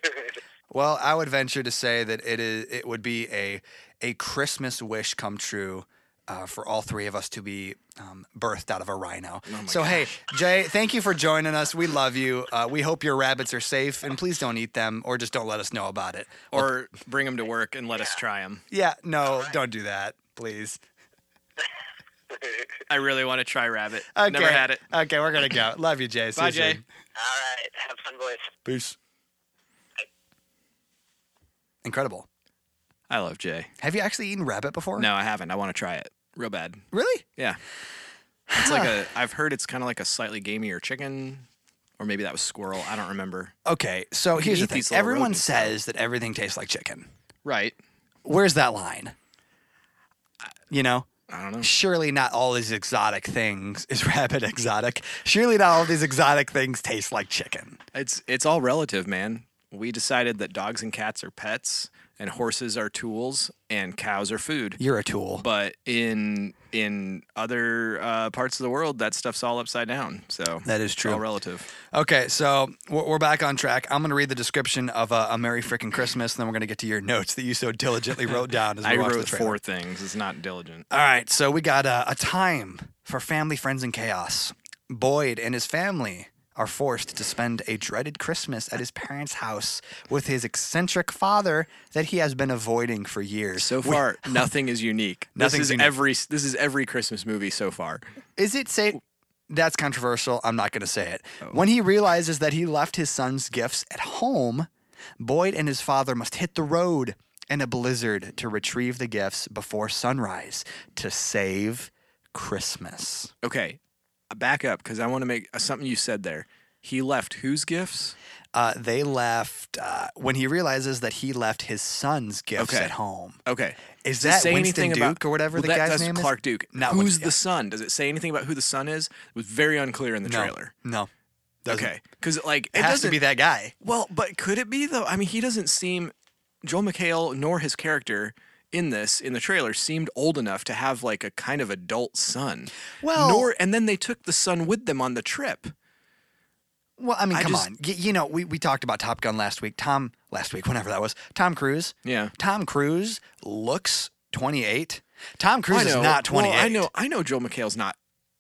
S1: Well, I would venture to say that it is it would be a a Christmas wish come true uh, for all three of us to be um, birthed out of a rhino.
S2: Oh
S1: so hey, Jay, thank you for joining us. We love you. Uh, we hope your rabbits are safe, and please don't eat them, or just don't let us know about it.
S2: Or bring them to work and let us try them.
S1: Yeah, no, don't do that, please.
S2: I really want to try rabbit.
S1: Okay.
S2: Never had it.
S1: Okay, we're gonna go. Love you, Jay. See
S2: Bye,
S1: you soon.
S2: Jay.
S5: All right. Have fun, boys.
S1: Peace. Incredible.
S2: I love Jay.
S1: Have you actually eaten rabbit before?
S2: No, I haven't. I want to try it real bad.
S1: Really?
S2: Yeah, it's like a. I've heard it's kind of like a slightly gamier chicken, or maybe that was squirrel. I don't remember.
S1: Okay, so
S2: can
S1: here's the
S2: eat
S1: thing.
S2: these little
S1: Everyone
S2: rodents, though.
S1: says that everything tastes like chicken.
S2: Right.
S1: Where's that line? You know,
S2: I don't know.
S1: surely not all these exotic things is rabbit exotic. Surely not all these exotic things taste like chicken.
S2: It's it's all relative, man. We decided that dogs and cats are pets, and horses are tools and cows are food.
S1: You're a tool.
S2: But in in other uh, parts of the world, that stuff's all upside down. So
S1: That is
S2: it's
S1: true.
S2: All relative.
S1: Okay, so we're, we're back on track. I'm going to read the description of uh, a Merry Frickin' Christmas, and then we're going to get to your notes that you so diligently wrote down. As we
S2: I
S1: watched the
S2: wrote
S1: trailer.
S2: four things. It's not diligent.
S1: All right, so we got uh, a time for family, friends, and chaos. Boyd and his family are forced to spend a dreaded Christmas at his parents' house with his eccentric father that he has been avoiding for years.
S2: So far, nothing is unique. This
S1: Nothing's
S2: is
S1: unique.
S2: every this is every Christmas movie so far.
S1: Is it say that's controversial? I'm not going to say it. When he realizes that he left his son's gifts at home, Boyd and his father must hit the road in a blizzard to retrieve the gifts before sunrise to save Christmas.
S2: Okay, uh, back up because I want to make uh, something you said there. He left whose gifts?
S1: Uh, they left uh, when he realizes that he left his son's gifts
S2: Okay.
S1: at home.
S2: Okay,
S1: Is
S2: Does it
S1: that
S2: say
S1: Winston
S2: anything
S1: Duke
S2: about,
S1: or whatever
S2: Well,
S1: the
S2: that-
S1: guy's
S2: that's
S1: name is?
S2: Clark Duke.
S1: Not
S2: who's
S1: Winston-
S2: the son? Does it say anything about who the son is? It was very unclear in the
S1: No.
S2: trailer.
S1: No, doesn't.
S2: Okay, because like
S1: it, has to be that
S2: doesn't-
S1: guy.
S2: Well, but could it be though? I mean, he doesn't seem Joel McHale nor his character in this in the trailer seemed old enough to have like a kind of adult son.
S1: Well-
S2: nor and then they took the son with them on the trip.
S1: Well, I mean,
S2: I
S1: come
S2: just-
S1: on. Y- you know, we, we talked about Top Gun last week. Tom, last week, whenever that was. Tom Cruise.
S2: Yeah.
S1: Tom Cruise looks 28. Tom Cruise
S2: I
S1: is
S2: know.
S1: not 28.
S2: Well, I know. I know Joel McHale's not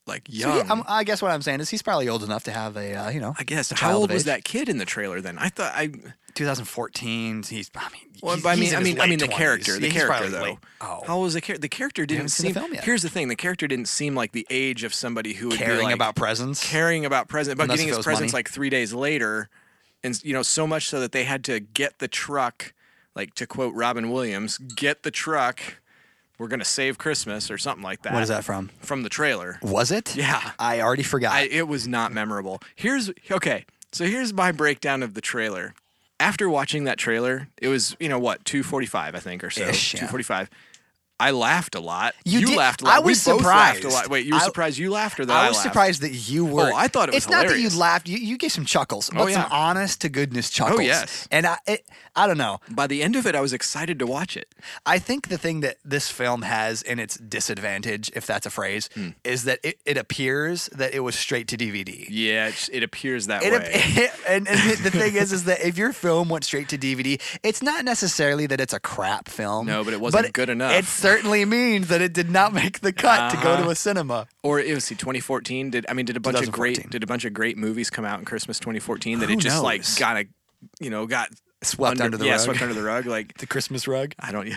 S2: like
S1: So
S2: young.
S1: he, I'm, I guess what I'm saying is he's probably old enough to have a, uh, you know,
S2: I guess.
S1: a
S2: How
S1: child
S2: old
S1: of
S2: was
S1: age.
S2: that kid in the trailer then? I thought I.
S1: 2014. He's, I mean,
S2: Well,
S1: he's,
S2: but I
S1: he's
S2: mean,
S1: in
S2: I
S1: his
S2: mean, I
S1: late
S2: mean, the
S1: 20s.
S2: character, the
S1: He's
S2: character
S1: probably
S2: though.
S1: late- Oh,
S2: How old was the character? The character didn't
S1: haven't seen
S2: seem.
S1: the film yet.
S2: Here's the thing: the character didn't seem like the age of somebody who would be,
S1: caring
S2: like,
S1: about presents.
S2: caring about presents, about
S1: Unless
S2: getting
S1: it
S2: his
S1: was
S2: presents
S1: money.
S2: like three days later, and you know so much so that they had to get the truck, like to quote Robin Williams, get the truck. We're gonna save Christmas or something like that.
S1: What is that from?
S2: From the trailer.
S1: Was it?
S2: Yeah.
S1: I already forgot.
S2: I, it was not memorable. Here's okay. So here's my breakdown of the trailer. After watching that trailer, it was you know what two forty five I think or so
S1: Ish, yeah.
S2: two forty five. I laughed a lot.
S1: You did-
S2: laughed a
S1: I
S2: lot. we
S1: was
S2: both laughed a
S1: surprised.
S2: lot. Wait, you were
S1: I-
S2: surprised you laughed or that
S1: I
S2: I,
S1: was
S2: laughed?
S1: surprised that you were.
S2: Oh, I thought it was
S1: It's not that
S2: hilarious. Oh,
S1: you laughed. You, you gave some chuckles, but
S2: yeah. Oh,
S1: some honest to goodness chuckles.
S2: yes.
S1: And I, it, I don't know.
S2: By the end of it, I was excited to watch it.
S1: I think the thing that this film has in its disadvantage, if that's a phrase,
S2: Hmm.
S1: is that it, it appears that it was straight to DVD.
S2: Yeah, it, it appears that
S1: It,
S2: way.
S1: it- and, and the thing is, is that if your film went straight to DVD, it's not necessarily that it's a crap film.
S2: No, but it wasn't good enough.
S1: It certainly means that it did not make the cut to go
S2: Uh-huh.
S1: to a cinema.
S2: or it was see 2014. Did I mean did a bunch of great
S1: 2014.
S2: did a bunch of great movies come out in Christmas 2014 that
S1: Who
S2: it just like
S1: knows?
S2: got a you know got
S1: Swept under the
S2: yeah,
S1: rug.
S2: swept under the rug like
S1: The Christmas rug.
S2: I don't.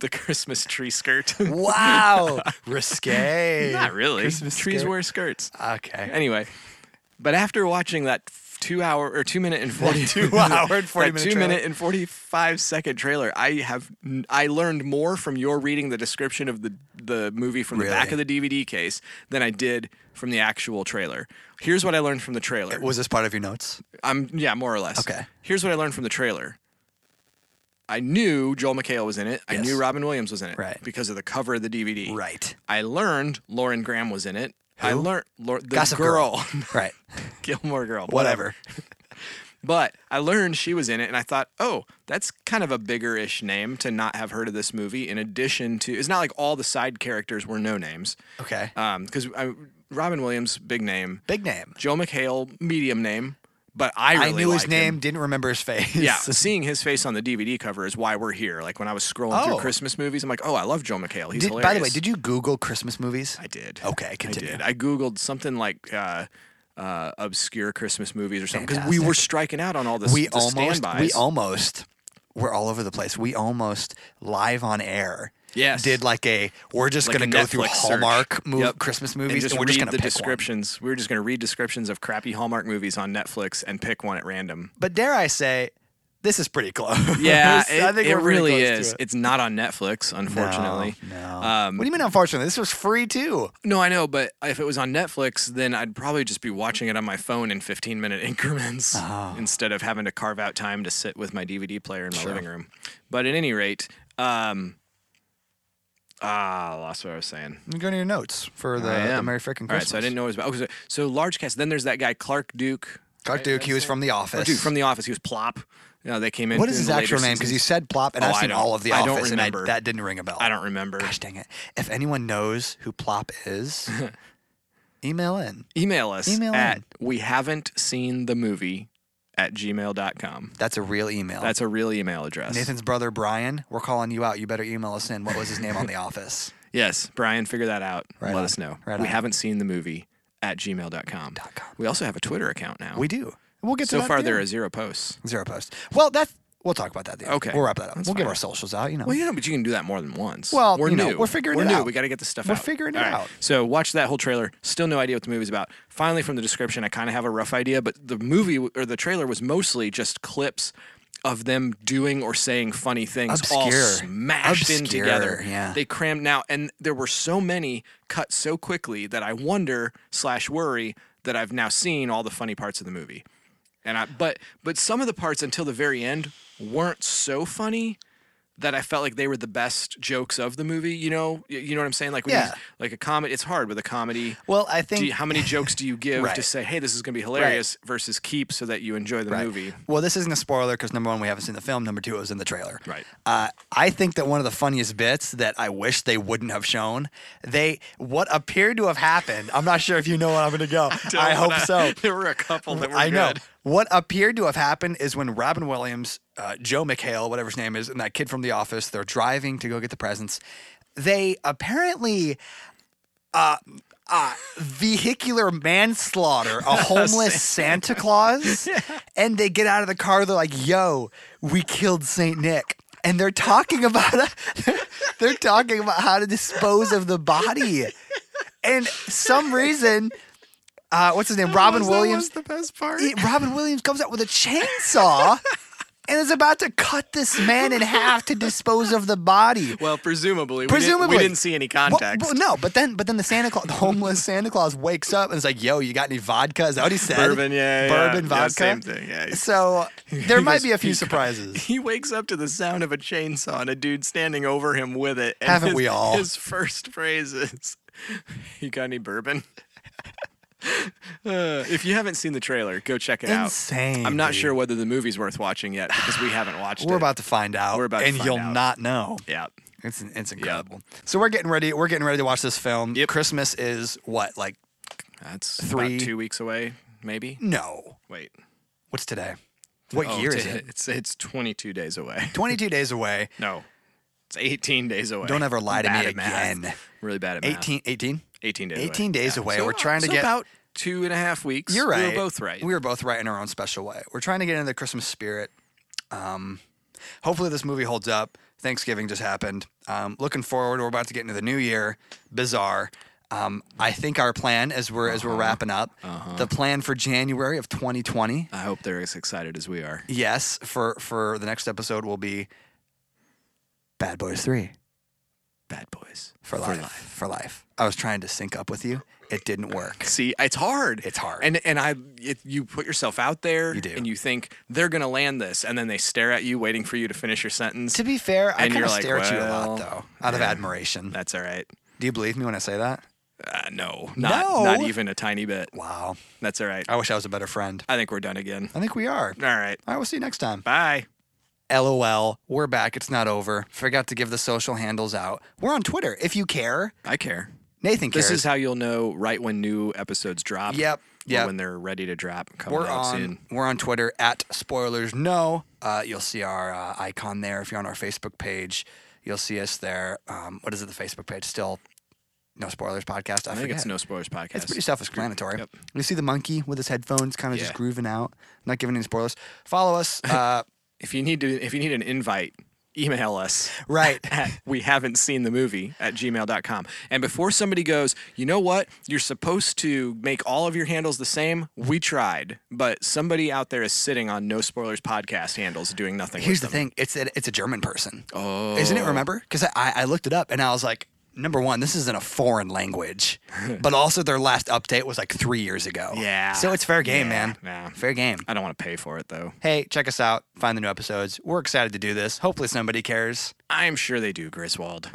S2: the Christmas tree skirt.
S1: Wow, risque.
S2: Not really.
S1: Christmas
S2: Trees
S1: skirt.
S2: wear skirts.
S1: Okay.
S2: Anyway, but after watching that f- two hour or two minute and forty
S1: two hour and 40
S2: that
S1: minute
S2: two
S1: trailer.
S2: minute and forty five second trailer, I have n- I learned more from your reading the description of the the movie from the back
S1: Really?
S2: of the DVD case than I did from the actual trailer. Here's what I learned from the trailer.
S1: Was this part of your notes?
S2: I'm yeah, more or less.
S1: Okay.
S2: Here's what I learned from the trailer. I knew Joel McHale was in it. I
S1: Yes.
S2: knew Robin Williams was in it.
S1: Right.
S2: Because of the cover of the DVD.
S1: Right.
S2: I learned Lauren Graham was in it. I learned Lor- the
S1: Gossip
S2: girl,
S1: Girl. right.
S2: Gilmore Girl,
S1: Whatever.
S2: But I learned she was in it, and I thought, oh, that's kind of a bigger-ish name to not have heard of this movie. In addition to, it's not like all the side characters were no names,
S1: Okay.
S2: because Robin Williams, big name,
S1: Big name.
S2: Joe McHale, medium name, but I really
S1: I knew his
S2: like him.
S1: name, didn't remember his face.
S2: Yeah, seeing his face on the DVD cover is why we're here. Like when I was scrolling
S1: Oh.
S2: through Christmas movies, I'm like, oh, I love Joe McHale. He's
S1: Did-
S2: hilarious.
S1: by the way, did you Google Christmas movies?
S2: I did.
S1: Okay, continue.
S2: I did. I googled something like uh, uh, obscure Christmas movies or something because we were striking out on all this.
S1: we
S2: the
S1: almost
S2: standbys.
S1: we almost were all over the place. We almost live on air.
S2: Yes.
S1: Did like a we're just
S2: Like a
S1: gonna go through
S2: Netflix search.
S1: Hallmark mov-
S2: Yep.
S1: Christmas
S2: and
S1: movies
S2: just
S1: and we're
S2: read
S1: just gonna
S2: the
S1: pick one.
S2: descriptions. We were just going to read descriptions of crappy Hallmark movies on Netflix and pick one at random.
S1: But dare I say, this is pretty close.
S2: Yeah,
S1: I
S2: it,
S1: think
S2: it
S1: we're pretty
S2: really
S1: close to
S2: is.
S1: it. Oh,
S2: It's not on Netflix, unfortunately.
S1: No.
S2: Um,
S1: what do you mean? Unfortunately, this was free too.
S2: No, I know, but if it was on Netflix, then I'd probably just be watching it on my phone in 15 minute increments
S1: Ah.
S2: instead of having to carve out time to sit with my DVD player in my living room. But at any rate, um, ah, I lost what I was saying.
S1: Let me go to your notes for the,
S2: I
S1: the
S2: am.
S1: Merry Frickin' Christmas.
S2: All right, so I didn't know it was about. Okay, so, so large cast. Then there's that guy Clark Duke.
S1: Clark Duke, he was from The Office.
S2: Clark Duke from The Office. He was Plop. No, they came in.
S1: What
S2: in
S1: is his
S2: Oh, the later
S1: actual name? Because you
S2: seasons.
S1: said Plop, and
S2: Oh,
S1: I've
S2: I
S1: seen
S2: don't-
S1: all of The
S2: I
S1: Office,
S2: don't
S1: and
S2: remember.
S1: that didn't ring a bell.
S2: I don't remember.
S1: Gosh dang it! If anyone knows who Plop is, email in.
S2: Email us
S1: Email
S2: at
S1: in.
S2: we haven't seen the movie at gmail.com.
S1: That's a real email.
S2: That's a real email address.
S1: Nathan's brother Brian. We're calling you out. You better email us in. What was his name on The Office?
S2: Yes, Brian, figure that out.
S1: Right
S2: Let
S1: on.
S2: us know.
S1: Right
S2: we
S1: on.
S2: haven't seen the movie at gmail.com.
S1: com.
S2: We also have a Twitter account now.
S1: We do. We'll get to
S2: so
S1: that
S2: far,
S1: at the
S2: there
S1: end.
S2: are zero posts.
S1: Zero posts. Well, that's we'll talk about that. At the end.
S2: Okay.
S1: we'll wrap that up.
S2: That's
S1: we'll give
S2: fine.
S1: our socials out. You know,
S2: Well, you know, but you can do that more than once.
S1: Well,
S2: we're
S1: you
S2: new.
S1: know, we're figuring
S2: we're
S1: it
S2: new.
S1: out.
S2: We got to get this stuff
S1: We're
S2: out.
S1: figuring it
S2: All right.
S1: out.
S2: So watch that whole trailer. Still no idea what the movie's about. Finally, from the description, I kind of have a rough idea, but the movie w- or the trailer was mostly just clips of them doing or saying funny things all
S1: Obscure.
S2: smashed in
S1: Obscure,
S2: together.
S1: yeah.
S2: They crammed now, and there were so many cut so quickly that I wonder slash worry that I've now seen all the funny parts of the movie. And I, but but some of the parts until the very end weren't so funny that I felt like they were the best jokes of the movie. You know, Y- you know what I'm saying? Like when you-
S1: Yeah.
S2: like a comedy, it's hard with a comedy.
S1: well, I
S2: Do
S1: think
S2: you- how many jokes do you give
S1: Right.
S2: to say, "Hey, this is going to be hilarious," versus keep so that you enjoy the
S1: Right.
S2: movie?
S1: Well, this isn't a spoiler because number one, we haven't seen the film. Number two, it was in the trailer.
S2: Right.
S1: Uh, I think that one of the funniest bits that I wish they wouldn't have shown, they what appeared to have happened. I'm not sure if you know where I'm going to go. I, hope so.
S2: there were a couple that were
S1: I know.
S2: good.
S1: What appeared to have happened is when Robin Williams, uh, Joe McHale, whatever his name is, and that kid from The Office, they're driving to go get the presents. They apparently. Uh, uh, vehicular manslaughter a homeless Santa Claus, and they get out of the car. They're like, "Yo, we killed Saint Nick," and they're talking about they're talking about how to dispose of the body. And some reason, uh, what's his name? Robin Williams. E,
S2: the best part.
S1: He- Robin Williams comes out with a chainsaw and is about to cut this man in half to dispose of the body.
S2: Well, presumably, we
S1: Presumably,
S2: didn't, we didn't see any
S1: Well,
S2: context.
S1: well, no, but then, but then the Santa Claus, the homeless Santa Claus, wakes up and is like, "Yo, you got any vodka?" Is that what he said?
S2: Bourbon, yeah, yeah,
S1: bourbon
S2: yeah,
S1: vodka.
S2: same thing, yeah.
S1: So there
S2: He
S1: might
S2: goes-
S1: be a few
S2: he-
S1: surprises.
S2: He wakes up to the sound of a chainsaw and a dude standing over him with it. And
S1: Haven't
S2: his-
S1: we all?
S2: His first phrase is, "You got any bourbon?" Uh, if you haven't seen the trailer, go check it
S1: Insane,
S2: out. I'm not
S1: dude.
S2: sure whether the movie's worth watching yet because we haven't watched
S1: We're
S2: it.
S1: about to find out.
S2: We're about to
S1: and
S2: find
S1: you'll
S2: out.
S1: not know.
S2: yeah.
S1: It's it's incredible. So we're getting ready. We're getting ready to watch this film.
S2: Yep.
S1: Christmas is what like
S2: That's
S1: Three.
S2: about two weeks away, maybe.
S1: no.
S2: Wait,
S1: What's today? What
S2: Oh,
S1: year is
S2: t-
S1: it?
S2: It's it's 22 days away.
S1: 22 days away.
S2: No, it's 18 days away.
S1: Don't ever lie to me
S2: Bad at math.
S1: again.
S2: Really bad at math.
S1: 18, 18?
S2: 18 days.
S1: 18 days away.
S2: So,
S1: We're trying to
S2: so
S1: get-
S2: about two and a half weeks.
S1: You're right.
S2: We were both right.
S1: We were both right in our own special way. We're trying to get into the Christmas spirit. Um, hopefully, this movie holds up. Thanksgiving just happened. Um, looking forward. We're about to get into the new year. Bizarre. Um, I think our plan, as we're as we're wrapping up, the plan for January of 2020.
S2: I hope they're as excited as we are.
S1: Yes, for for the next episode will be Bad Boys Three.
S2: Bad boys.
S1: For life, For life. I was trying to sync up with you. It didn't work.
S2: See, it's hard.
S1: It's hard.
S2: And and I it, you put yourself out there
S1: You do.
S2: and you think they're going to land this and then they stare at you waiting for you to finish your sentence.
S1: To be fair, I kind
S2: And you're
S1: of
S2: like,
S1: stare at you a lot
S2: "Well,
S1: though, out of
S2: yeah.
S1: admiration.
S2: That's all right.
S1: Do you believe me when I say that?
S2: Uh, no. Not
S1: No.
S2: not even a tiny bit.
S1: Wow.
S2: That's all right.
S1: I wish I was a better friend.
S2: I think we're done again.
S1: I think we are.
S2: All right.
S1: I will see you next time.
S2: Bye.
S1: LOL. We're back. It's not over. Forgot to give the social handles out. We're on Twitter if you care.
S2: I care.
S1: Nathan cares.
S2: This is how you'll know right when new episodes drop.
S1: Yep,
S2: or
S1: yep.
S2: When they're ready to drop. Coming
S1: we're
S2: out
S1: on
S2: soon.
S1: we're on Twitter at spoilers no. Uh, you'll see our uh, icon there. If you're on our Facebook page, you'll see us there. Um, what is it? The Facebook page still no spoilers podcast. I,
S2: I think
S1: forget.
S2: it's No Spoilers Podcast.
S1: It's pretty self-explanatory.
S2: Yep.
S1: You see the monkey with his headphones, kind of just
S2: Yeah.
S1: grooving out, not giving any spoilers. Follow us. Uh,
S2: if you need to if you need an invite email us
S1: right.
S2: at we haven't seen the movie at gmail.com and before somebody goes you know what you're supposed to make all of your handles the same we tried but somebody out there is sitting on no spoilers podcast handles doing nothing
S1: Here's the
S2: with
S1: thing. It's a, it's a German person.
S2: Oh.
S1: Isn't it? Remember? Because I, I looked it up and I was like, number one, this is in a foreign language, but also their last update was like three years ago.
S2: Yeah.
S1: So it's fair game,
S2: Yeah,
S1: man.
S2: yeah.
S1: Fair game.
S2: them. i don't want to pay for it though
S1: Hey, check us out. Find the new episodes. We're excited to do this. Hopefully, somebody cares.
S2: i'm sure they do griswold